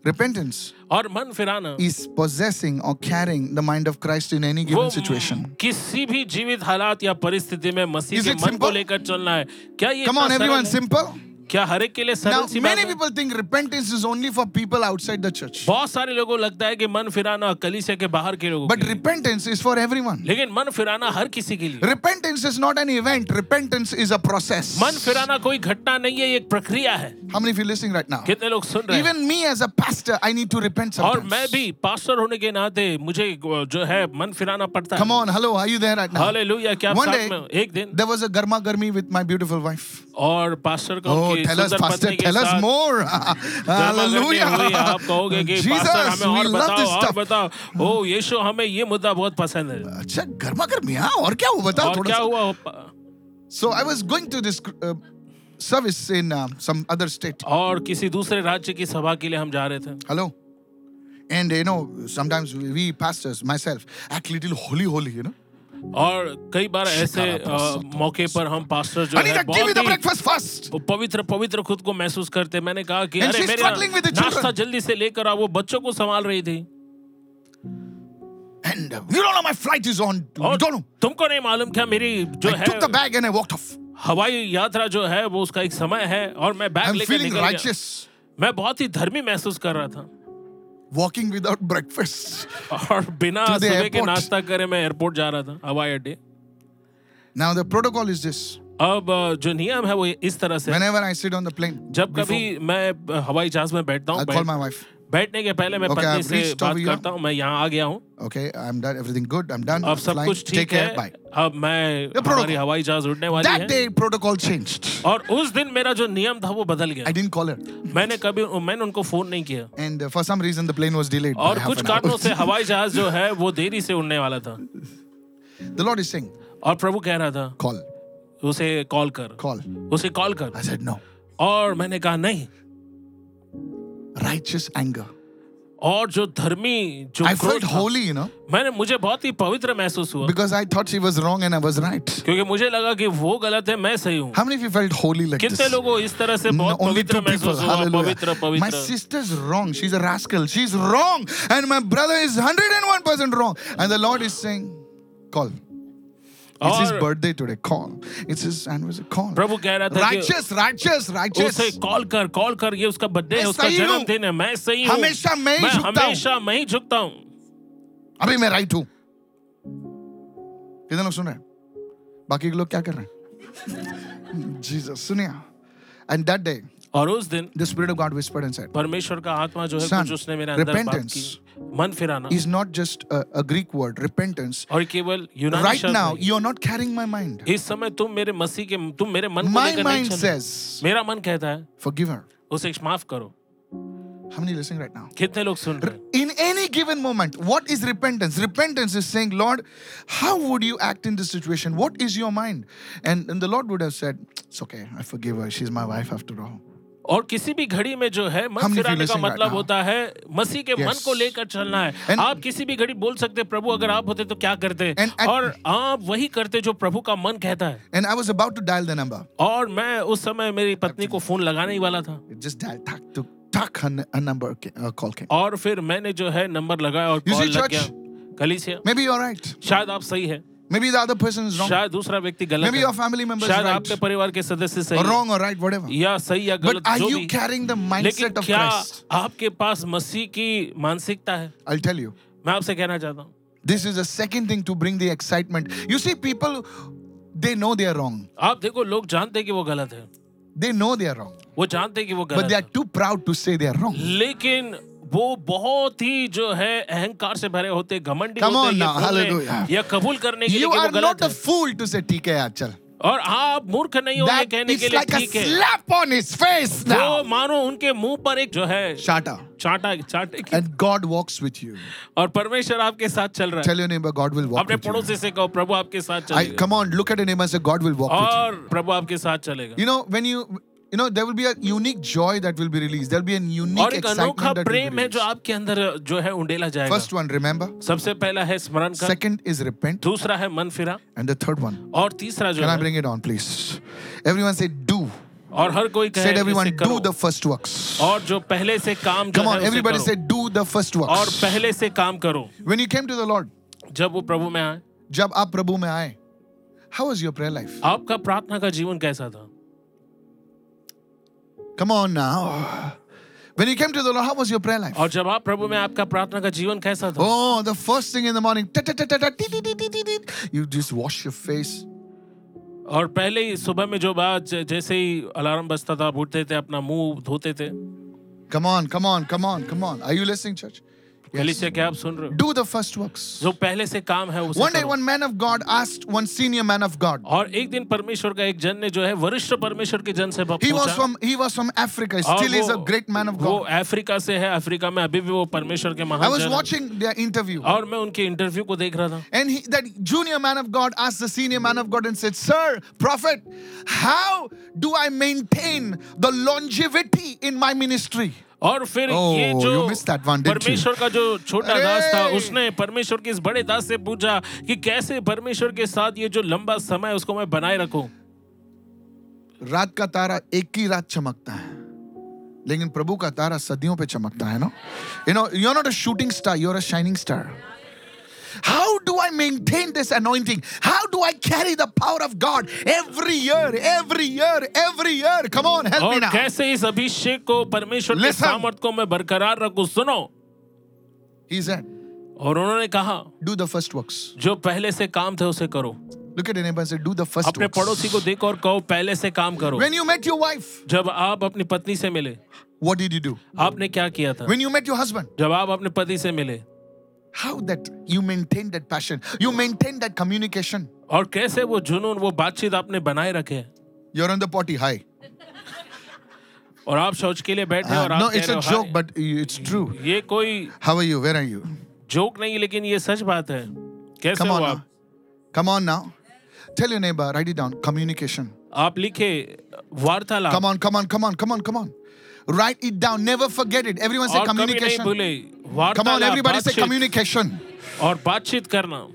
A: Repentance
B: और मन फिराना
A: is possessing or carrying the mind of Christ in any
B: वो
A: given situation.
B: किसी भी जीवित हालात या परिस्थिति में मसीह
A: Is
B: के
A: it
B: मन को
A: simple?
B: लेकर चलना है क्या ये
A: Come
B: इतना
A: on,
B: सरल
A: everyone,
B: है?
A: simple.
B: क्या हर एक के लिए सरल
A: Now,
B: सी बात
A: many
B: है?
A: people think repentance is only for people outside the church.
B: बहुत सारे लोगों को लगता है कि मन फिराना कलीसिया के बाहर के लोगों
A: But
B: के लिए।
A: repentance is for everyone.
B: लेकिन मन फिराना हर किसी के लिए
A: Repentance is not an event, repentance is a process.
B: मन फिराना कोई घटना नहीं है ये एक प्रक्रिया है
A: How many of you listening right now?
B: कितने लोग सुन रहे हैं
A: Even me as a pastor, I need to repent
B: और मैं
A: sometimes.
B: भी पास्टर होने के नाते मुझे जो है मन फिराना पड़ता है
A: Come on, hello, are you there right now?
B: Hallelujah क्या आप
A: One
B: साथ
A: day-
B: में एक दिन
A: There was a garma garmi with my beautiful wife.
B: और पास्टर का
A: Oh,
B: उनकी
A: tell us,
B: सुंदर
A: Pastor,
B: पत्नी के
A: tell us
B: साथ
A: more.
B: गर्मा-गर्मी हुई। आप
A: Hallelujah.
B: कहोगे कि पास्टर
A: Jesus,
B: हमें
A: we
B: और
A: love
B: बताओ
A: this
B: और
A: stuff.
B: बताओ ओ यीशु हमें ये मुद्दा बहुत पसंद है
A: अच्छा गर्मा गर्मी हाँ और क्या हुआ बताओ
B: और
A: थोड़ा
B: क्या
A: सा
B: हुआ
A: So I was going to this uh, service in uh, some other state.
B: और किसी दूसरे राज्य की सभा के लिए हम जा रहे थे
A: Hello. And you know, sometimes we, we pastors, myself, act little holy, holy, you know.
B: और कई बार ऐसे अ, मौके पर हम पास्टर जो
A: I need
B: है
A: to give me
B: बहुत
A: the
B: ही
A: breakfast first.
B: वो पवित्र पवित्र खुद को महसूस करते मैंने कहा कि
A: And
B: अरे
A: she's
B: मेरे
A: struggling with the children.
B: नाश्ता जल्दी से लेकर आओ वो बच्चों को संभाल रही थी
A: And uh, you don't know my flight is on. You
B: और
A: don't know.
B: तुमको नहीं मालूम क्या मेरी जो
A: I
B: है
A: took the bag and I walked off.
B: हवाई यात्रा जो है वो उसका एक समय है और मैं बैग
A: I'm
B: लेकर
A: feeling
B: निकल गया
A: righteous.
B: मैं बहुत ही धर्मी महसूस कर रहा था
A: walking without breakfast.
B: और बिना
A: To the
B: सुबह के
A: airport.
B: नाश्ता करे मैं एयरपोर्ट जा रहा था हवाई अड्डे
A: Now, the protocol is this
B: अब अ, जो नियम है वो इस तरह से है।
A: whenever I sit on the plane,
B: जब कभी मैं अ, हवाई जहाज में बैठता हूँ
A: I'll call my wife.
B: बैठ- बैठने के पहले मैं
A: Okay,
B: पत्नी
A: I've
B: से
A: reached
B: बात
A: over here.
B: करता हूँ मैं यहाँ आ गया हूँ
A: Okay, I'm done. Everything good. I'm done.
B: अब
A: I'm
B: सब
A: flying.
B: कुछ
A: Take
B: ठीक
A: care.
B: है
A: Bye.
B: अब मैं
A: protocol.
B: हमारी हवाई जहाज उड़ने वाली
A: That
B: है
A: day, protocol changed.
B: और उस दिन मेरा जो नियम था वो बदल गया
A: I didn't call her.
B: मैंने कभी मैंने उनको फोन नहीं किया
A: And uh, for some reason, the plane was delayed. by
B: और
A: half
B: कुछ
A: an hour.
B: कारणों से हवाई जहाज जो है वो देरी से उड़ने वाला था
A: the Lord is saying,
B: और प्रभु कह रहा था
A: call,
B: उसे कॉल कर
A: call.
B: उसे कॉल कर
A: I said, no.
B: और मैंने कहा नहीं
A: Righteous anger.
B: और जो धर्मी जो
A: I
B: क्रोध
A: felt
B: था,
A: holy, you know,
B: मैंने मुझे बहुत ही पवित्र महसूस हुआ
A: because I thought she was wrong and I was right.
B: क्योंकि मुझे लगा कि वो गलत है मैं सही हूँ
A: How many of you felt holy like
B: कितने
A: this?
B: लोगों को इस तरह से बहुत
A: No, only
B: पवित्र
A: two people.
B: महसूस हुआ
A: Hallelujah.
B: पवित्र
A: My
B: पवित्र
A: sister's wrong. She's a rascal. She's wrong. And my brother is 101% wrong. And the Lord is saying, call. It's his
B: और
A: birthday today. Call. It's his anniversary. Call.
B: प्रभु कह रहा था कि
A: Righteous, righteous,
B: उसे
A: righteous.
B: कॉल कर कॉल कर ये उसका बर्थडे
A: मैं
B: है उसका
A: सही हूँ।
B: जन्मदिन है मैं सही हूँ
A: हमेशा मैं ही
B: मैं
A: झुकता हूँ।
B: हमेशा मैं ही झुकता हूँ
A: अभी मैं राइट हूं कितने लोग सुन रहे हैं बाकी के लोग क्या कर रहे हैं जीसस सुनिए एंड दैट डे
B: और उस दिन
A: the spirit of God whispered and said
B: परमेश्वर का आत्मा जो है
A: Son,
B: कुछ उसने मेरे अंदर बात
A: repentance
B: की मन फिराना
A: is not just a Greek word repentance
B: और केवल यूनानी
A: राइट
B: शब्द
A: नाउ
B: नहीं।
A: You are not carrying my mind
B: इस समय तुम मेरे मसीह के तुम मेरे मन को
A: My
B: लेकर नहीं
A: mind
B: चलो।
A: says,
B: मेरा मन कहता है
A: forgive her.
B: उसे माफ करो
A: How many listening right now?
B: कितने लोग सुन रहे हैं
A: In any given moment, what is repentance? Repentance is saying, Lord, how would you act in this situation? What is your mind? And, and the Lord would have said, It's okay, I forgive her. She's my wife after all.
B: और किसी भी घड़ी में जो है
A: How
B: मन
A: many
B: फिराने
A: feel
B: का
A: listening right
B: मतलब
A: now?
B: होता है मसीह के मन
A: Yes.
B: को लेकर चलना है
A: And-
B: आप किसी भी घड़ी बोल सकते हैं, प्रभु अगर आप होते तो क्या करते
A: And at-
B: और आप वही करते जो प्रभु का मन कहता है
A: And I was about to dial the number.
B: और मैं उस समय मेरी पत्नी को फोन लगाने ही वाला था
A: It just dialed, tuck, tuck, tuck, a, a number ca- a call came.
B: और फिर मैंने जो है नंबर लगाया और
A: You
B: कॉल
A: see,
B: लग
A: church-
B: गया कलीसिया
A: Maybe you're right.
B: शायद आप सही है
A: Maybe the other person is wrong.
B: शायद दूसरा व्यक्ति गलत
A: Maybe
B: है
A: your family member is
B: शायद आपके
A: right.
B: परिवार के सदस्य
A: Or
B: सही है,
A: wrong or right, whatever.
B: या सही या
A: But
B: गलत
A: are
B: जो
A: you
B: भी
A: carrying the
B: लेकिन
A: mindset of
B: क्या
A: Christ?
B: आपके पास मसीह की मानसिकता है
A: I'll tell you.
B: मैं आपसे कहना चाहता हूँ
A: This is the second thing to bring the excitement. You see, people, they know they are wrong.
B: आप देखो लोग जानते हैं कि वो गलत है
A: They know they are wrong.
B: वो जानते हैं कि वो
A: But
B: गलत
A: they are
B: है
A: too proud to say they are wrong.
B: लेकिन वो बहुत ही जो है अहंकार से भरे होते घमंडी
A: Come
B: होते
A: on
B: ये
A: now,
B: बोले
A: hallelujah.
B: या कबूल करने के लिए
A: You
B: कि वो
A: are
B: गलत
A: not a
B: है
A: fool to say, TK, achal.
B: और आप मूर्ख नहीं हो ये
A: That
B: कहने के
A: is
B: लिए
A: like a
B: ठीक है
A: slap on his face
B: वो
A: now.
B: मानो उनके मुंह पर एक जो है
A: Shut up.
B: चाटा चाटे की
A: And God walks with you.
B: और परमेश्वर आपके साथ चल रहा है
A: Tell your neighbor, God will walk
B: अपने
A: with you.
B: पड़ोसी से कहो प्रभु आपके साथ
A: I,
B: चलेगा
A: come on, look at your neighbor and say, God will walk with you.
B: और प्रभु आपके साथ चलेगा
A: You know, when you, you know, there will be a unique joy that will be released. There will be a
B: और
A: unique
B: एक अनोखा
A: excitement that will be
B: प्रेम है जो
A: released.
B: आपके अंदर जो है उंडेला जाएगा
A: First one, remember.
B: सबसे पहला है स्मरण का
A: Second is repent.
B: दूसरा है मन फिरा
A: And the third one.
B: और तीसरा जो
A: Can I
B: है
A: bring it on, please? Everyone say, do.
B: और हर कोई कहे
A: Said everyone,
B: इसे करो
A: do the first works.
B: और जो पहले से काम जो
A: Come
B: है
A: on,
B: उसे
A: everybody
B: करो।
A: say, do the first
B: और
A: works.
B: पहले से काम करो
A: When you came to the Lord,
B: जब वो प्रभु में आए
A: जब आप प्रभु में आए, how was your prayer life?
B: आपका प्रार्थना का जीवन कैसा था
A: Come on now. When you came to the Lord, how was your prayer life?
B: और जब आप प्रभु में आपका प्रार्थना का जीवन कैसा था
A: Oh, the first thing in the morning, ta- ta- ta- ta- ta- dee- dee- dee- dee- dee- dee. you just wash your face.
B: और पहले ही सुबह में जो बात ज- जैसे ही अलार्म बजता था आप उठते थे अपना मुंह धोते थे
A: Come on, come on, come on, come on. Are you listening, church?
B: कलिसिया क्या आप सुन रहे हो
A: Do the first works.
B: जो पहले से काम है उसे
A: One day,
B: करो।
A: one man of God asked one senior man of God.
B: और एक दिन परमेश्वर का एक जन ने जो है वरिष्ठ परमेश्वर के जन से ब-
A: He was
B: पूछा
A: from he was from Africa.
B: और
A: Still, is a
B: वो-
A: great man of
B: वो
A: God.
B: अफ्रीका से है अफ्रीका में अभी भी वो परमेश्वर के
A: I
B: महान
A: was
B: जन हैं।
A: watching their interview,
B: और मैं उनके इंटरव्यू को देख रहा था
A: and he, that junior man of God asked the senior man of God and said, "Sir, prophet, how do I maintain the longevity in my ministry?"
B: और फिर
A: Oh,
B: ये
A: you
B: जो
A: missed that one, didn't you?
B: परमेश्वर का जो छोटा
A: अरे!
B: दास था उसने परमेश्वर के इस बड़े दास से पूछा कि कैसे परमेश्वर के साथ ये जो लंबा समय है, उसको मैं बनाए रखूं
A: रात का तारा एक ही रात चमकता है लेकिन प्रभु का तारा सदियों पे चमकता है ना you know you are not a shooting star you are a shining star how do I I maintain this anointing? How do I carry the power of God every year, every year, every year? Come on, help me
B: और
A: now.
B: कैसे इस अभिषेक को परमेश्वर के
A: Listen.
B: सामर्थ को मैं बरकरार रखूं सुनो
A: He said,
B: और उन्होंने कहा
A: Do the first works.
B: जो पहले से काम थे उसे करो
A: Look at your neighbor and say, Do the first
B: अपने
A: works.
B: पड़ोसी को देखो और कहो पहले से काम करो
A: When you met your wife,
B: जब आप अपनी पत्नी से मिले
A: what did you do?
B: आपने क्या किया था
A: When you met your husband,
B: जब आप अपने पति से मिले
A: how that you maintained that passion, you maintained that communication.
B: और कैसे वो जुनून वो बातचीत आपने बनाए रखे
A: You're on the potty. Hi.
B: और आप शौच के लिए बैठे
A: Uh,
B: और आप
A: no,
B: कह
A: it's
B: रहे
A: a
B: हो,
A: joke,
B: "hi,
A: but it's true.
B: ये कोई
A: How are you? Where are you?
B: Joke नहीं लेकिन ये सच बात है कैसे
A: Come
B: हो
A: on now.
B: आप
A: Come on now. Tell your neighbor, write it down. Communication.
B: आप लिखे वार्तालाप
A: Come on, come on, come on, come on, come on. Write it down. Never forget it. Everyone say
B: और कभी नहीं
A: communication.
B: भूले
A: Come on,
B: वार्तालाप
A: everybody say
B: बातचीत
A: communication.
B: और बातचीत करना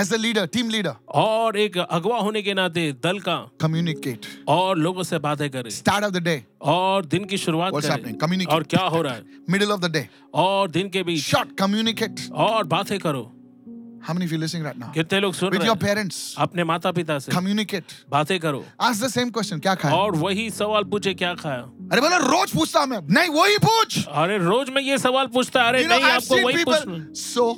A: As the leader, team leader,
B: और एक अगवा होने के नाते दल का
A: communicate.
B: और लोगों से बातें करें
A: Start of the day,
B: और दिन की शुरुआत
A: What's happening?
B: करें
A: Communicate.
B: और क्या हो रहा है
A: middle of the day.
B: और दिन के बीच
A: Short, communicate.
B: और बातें करो
A: How many of you listening right now?
B: कितने लोग सुन
A: With
B: रहे
A: your
B: हैं
A: parents,
B: अपने माता पिता से
A: communicate.
B: बातें करो
A: Ask the same question. क्या खाया?
B: और वही सवाल पूछे क्या खाया
A: अरे बोलो रोज पूछता हूं मैं नहीं वही पूछ
B: अरे रोज मैं ये सवाल पूछता अरे
A: You know,
B: नहीं
A: I've
B: आपको
A: seen
B: वही
A: people-
B: पूछ
A: So,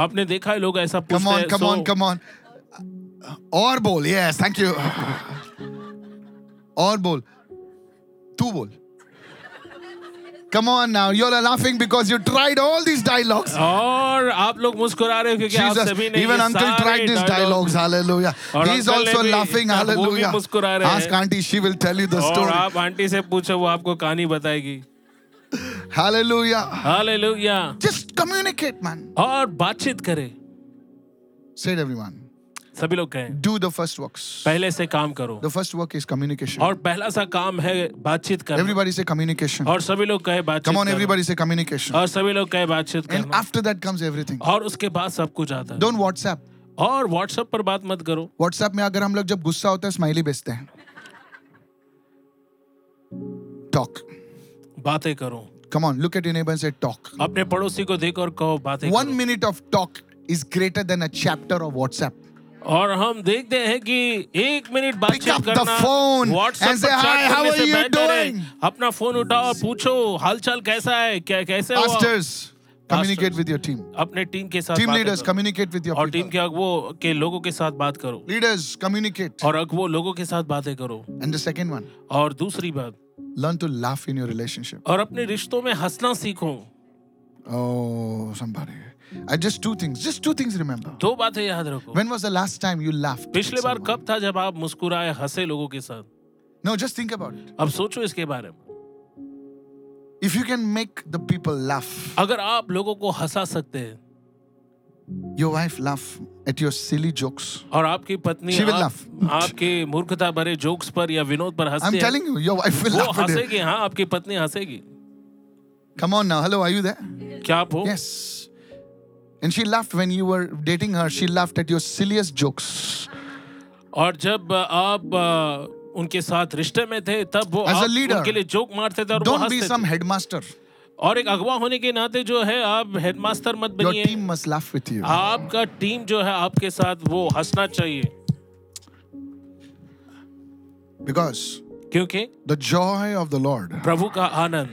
B: आपने देखा है लोग ऐसा
A: come
B: पूछते
A: on,
B: हैं
A: come on,
B: so-
A: come on. और बोल yes, thank you. और बोल तू बोल Come on now, you all are laughing because you tried all these dialogues.
B: और आप लोग मुस्कुरा रहे हो क्योंकि आप
A: Jesus,
B: सभी ने
A: even
B: ये
A: uncle
B: सारे
A: tried these dialogues. Hallelujah.
B: और
A: He's
B: uncle ने
A: also
B: भी-
A: laughing.
B: वो भी
A: Hallelujah.
B: मुस्कुरा रहे
A: Ask
B: हैं।
A: auntie, she will tell you the
B: और
A: story.
B: आप आंटी से पूछो वो आपको कहानी बताएगी
A: Hallelujah.
B: Hallelujah
A: Just communicate, man.
B: और बातचीत करें
A: Say it, everyone.
B: सभी लोग कहें
A: Do the first works.
B: पहले से काम करो
A: The first work is communication.
B: और पहला सा काम है बातचीत करना
A: Everybody say communication.
B: और सभी लोग कहे बातचीत
A: Come on,
B: करना।
A: everybody say communication.
B: और सभी लोग कहे बातचीत
A: And
B: करना
A: after that comes everything.
B: और उसके बाद सब कुछ आता है
A: Don't WhatsApp.
B: और व्हाट्सएप पर बात मत करो
A: WhatsApp में अगर हम लोग जब गुस्सा होता है स्माइली भेजते हैं टॉक
B: बातें करो
A: come on look at your neighbour से टॉक
B: अपने पड़ोसी को देखो और कहो बातें
A: वन
B: करो।
A: Minute of talk is greater than a chapter of WhatsApp
B: और हम देखते हैं कि एक मिनट
A: Pick
B: बातचीत
A: up the
B: करना
A: phone
B: WhatsApp
A: and
B: पर
A: say, "Hi,
B: chat
A: how
B: करने
A: are
B: से
A: you
B: बेहतर है
A: doing?"
B: अपना फोन उठाओ और पूछो हालचाल कैसा है क्या कैसे हो आप?
A: pastors communicate with your team
B: अपने टीम के साथ
A: team
B: बातें
A: leaders
B: करो।
A: communicate with your
B: और टीम
A: people
B: के अगुवो के लोगों के साथ बात करो
A: leaders communicate
B: और अगुवो लोगों के साथ बातें करो
A: and the second one
B: और दूसरी बात
A: learn to laugh in your relationship
B: और अपने रिश्तों में हंसना सीखो
A: oh somebody I just two things just two things remember
B: दो बातें याद रखो
A: When was the last time you laughed?
B: पिछले
A: at
B: बार
A: someone?
B: कब था जब आप मुस्कुराए हंसे लोगों के साथ
A: No, just think about it.
B: अब सोचो इसके बारे में
A: If you can make the people laugh,
B: अगर आप लोगों को हंसा सकते हैं
A: your wife laugh at your silly jokes.
B: और आपकी पत्नी
A: She will
B: आप, आपके मूर्खता भरे जोक्स पर या विनोद पर
A: I'm
B: हंसती है
A: telling you, your wife will
B: वो
A: laugh at it.
B: हंसेगी हाँ आपकी पत्नी हंसेगी
A: Come on now. Hello, are you there?
B: क्या आप हो
A: Yes. And she laughed when you were dating her. She laughed at your silliest jokes.
B: और जब आप अ, उनके साथ रिश्ते में थे तब वो
A: As a
B: आप
A: leader,
B: उनके लिए जोक मारते थे और वो
A: Don't be
B: हंसते
A: some
B: थे
A: headmaster.
B: और एक अगवा होने के नाते जो है आप हेडमास्टर मत
A: Your
B: बनिए
A: team must laugh with you.
B: आपका टीम जो है आपके साथ वो हंसना चाहिए
A: Because
B: क्योंकि
A: the joy of the Lord
B: प्रभु का आनंद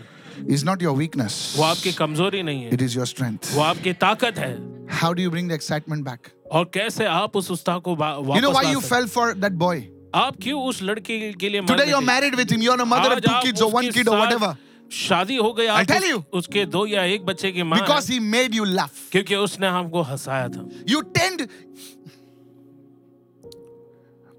A: is not your weakness,
B: वो आपकी कमजोरी नहीं है
A: it is your strength.
B: वो आपकी ताकत है
A: How do you bring the excitement back?
B: और कैसे आप उस उत्साह को वा-
A: You know
B: वापस
A: why
B: ला
A: you
B: सकते
A: fell for that boy?
B: आप क्यों उस लड़के के लिए
A: Today
B: मरने
A: you're
B: थे?
A: married with him. You're a mother of
B: आज
A: two
B: आप
A: kids or one
B: उसके
A: kid or
B: साथ
A: whatever.
B: शादी हो गई आप
A: I'll tell
B: उस-
A: you.
B: उसके दो या एक बच्चे की मां
A: Because he
B: हैं,
A: made you laugh.
B: क्योंकि उसने हमको हंसाया था
A: You tend.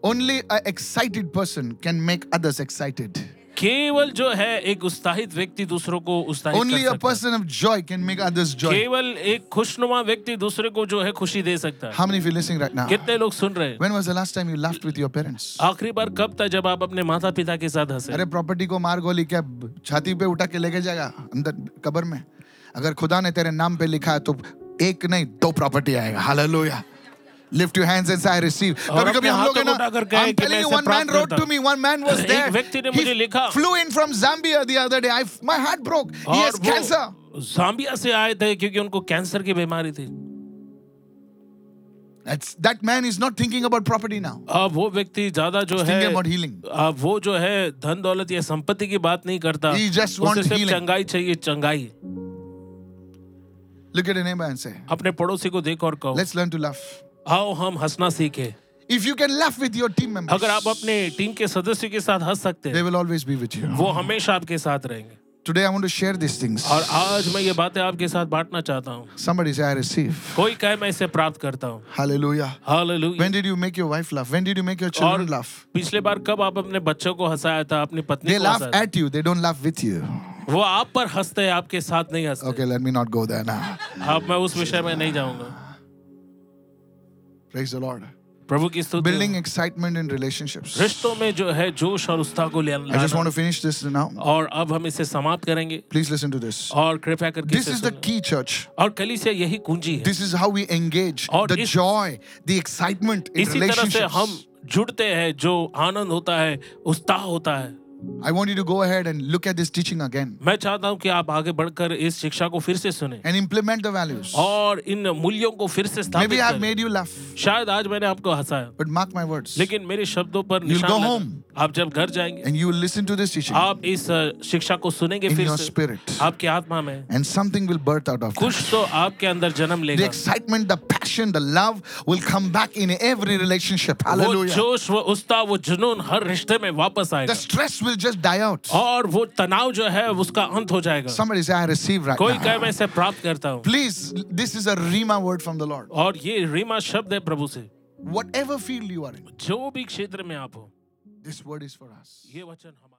A: Only an excited person can make others excited.
B: केवल जो है एक उत्साहित व्यक्ति दूसरों को उत्साहित
A: Only
B: कर
A: a
B: सकता है
A: person of joy can make others joy.
B: केवल एक खुशनुमा व्यक्ति दूसरे को जो है खुशी दे सकता है
A: How many of you listening right now?
B: कितने लोग सुन रहे हैं
A: When was the last time you laughed with your parents?
B: आखिरी बार कब था जब आप अपने माता पिता के साथ हंसे
A: अरे प्रॉपर्टी को मार गोली क्या छाती पे उठा के लेके जाएगा अंदर कब्र में अगर खुदा ने तेरे नाम पे लिखा है तो एक नहीं दो प्रॉपर्टी आएगा hallelujah lift your hands and say i receive
B: और
A: कभी कभी
B: अपने
A: हम लोग
B: हाथों
A: है ना
B: को उठाकर कहे
A: i'm
B: कि
A: telling
B: मैं
A: you
B: इसे
A: one
B: प्राप्त
A: man wrote
B: करता
A: to me one man was
B: एक
A: there
B: व्यक्ति ने
A: he
B: मुझे लिखा।
A: flew in from zambia the other day i my heart broke he
B: और
A: has cancer
B: वो जाम्बिया से आए थे क्योंकि उनको कैंसर की बीमारी थी
A: That's, that man is not thinking about property now.
B: अब वो व्यक्ति ज्यादा जो
A: He's
B: है
A: thinking about healing.
B: अब वो जो है धन दौलत या संपत्ति की बात नहीं करता
A: He just
B: उसे
A: wants
B: सिर्फ
A: healing.
B: चंगाई चाहिए चंगाई
A: Look at a neighbor and say,
B: अपने पड़ोसी को देखो और कहो
A: let's learn to laugh.
B: आओ हम हंसना सीखे
A: If you can laugh with your team members,
B: अगर आप अपने टीम के सदस्यों के साथ हंस सकते
A: they
B: हैं
A: will always be with you.
B: वो हमेशा आपके साथ रहेंगे
A: Today I want to share these things.
B: और आज मैं ये बातें आपके साथ बांटना चाहता हूँ
A: Somebody say, I receive.
B: कोई कहे मैं इसे प्राप्त करता हूँ
A: Hallelujah.
B: Hallelujah
A: When did you make your wife laugh? When did you make your children
B: और-
A: laugh?
B: पिछले बार कब आप अपने बच्चों को हंसाया था अपनी पत्नी
A: They
B: को
A: laugh
B: हंसाया
A: at you, they don't laugh with you.
B: था? वो आप पर हंसते हैं आपके साथ नहीं हंसते
A: Okay, let me not go there now.
B: अब मैं उस विषय में नहीं जाऊंगा
A: Praise the Lord.
B: प्रभु की स्तुति हो।
A: Building excitement in relationships.
B: रिश्तों में जो है जोश और उत्साह को ले
A: I just want
B: लाना
A: to finish this now.
B: और अब हम इसे समाप्त करेंगे
A: Please listen to this.
B: और कृपया करके
A: This
B: इसे
A: is the
B: सुनें।
A: key, church.
B: और कलीसिया यही कुंजी है
A: This is how we engage
B: और
A: the
B: इस-
A: joy, the excitement in
B: इसी तरह से हम
A: relationships.
B: जुड़ते हैं जो आनंद होता है उत्साह होता है
A: I want you to go ahead and look at this teaching again
B: मैं चाहता हूं कि आप आगे बढ़कर इस शिक्षा को फिर से सुने
A: and implement the values.
B: और इन मूल्यों को फिर से स्थापित
A: Maybe I've
B: करें
A: made you laugh,
B: शायद आज मैंने आपको हंसाया
A: but mark my words.
B: लेकिन मेरे शब्दों पर
A: You'll
B: निशान
A: go
B: लगा-
A: home.
B: आप जब घर जाएंगे
A: And you will listen to this teaching
B: आप इस अ, शिक्षा को सुनेंगे
A: in
B: फिर
A: your
B: से
A: spirit,
B: आपकी आत्मा में
A: and something will birth out of it.
B: कुछ तो आपके अंदर जन्म
A: The
B: लेगा
A: excitement, the passion, the love will come back in every relationship.
B: वो
A: Hallelujah.
B: जोश वो उत्साह वो जुनून हर रिश्ते में वापस
A: The
B: आएगा
A: stress will just die out.
B: और वो तनाव जो है उसका अंत हो जाएगा
A: Somebody say, I receive right
B: कोई
A: now.
B: कहे मैं इसे प्राप्त करता हूँ
A: Please, this is a Rima word from the Lord.
B: और ये रीमा शब्द है प्रभु से
A: Whatever field you are in,
B: जो भी क्षेत्र में आप हो
A: this word is for us.
B: ये वचन हमारा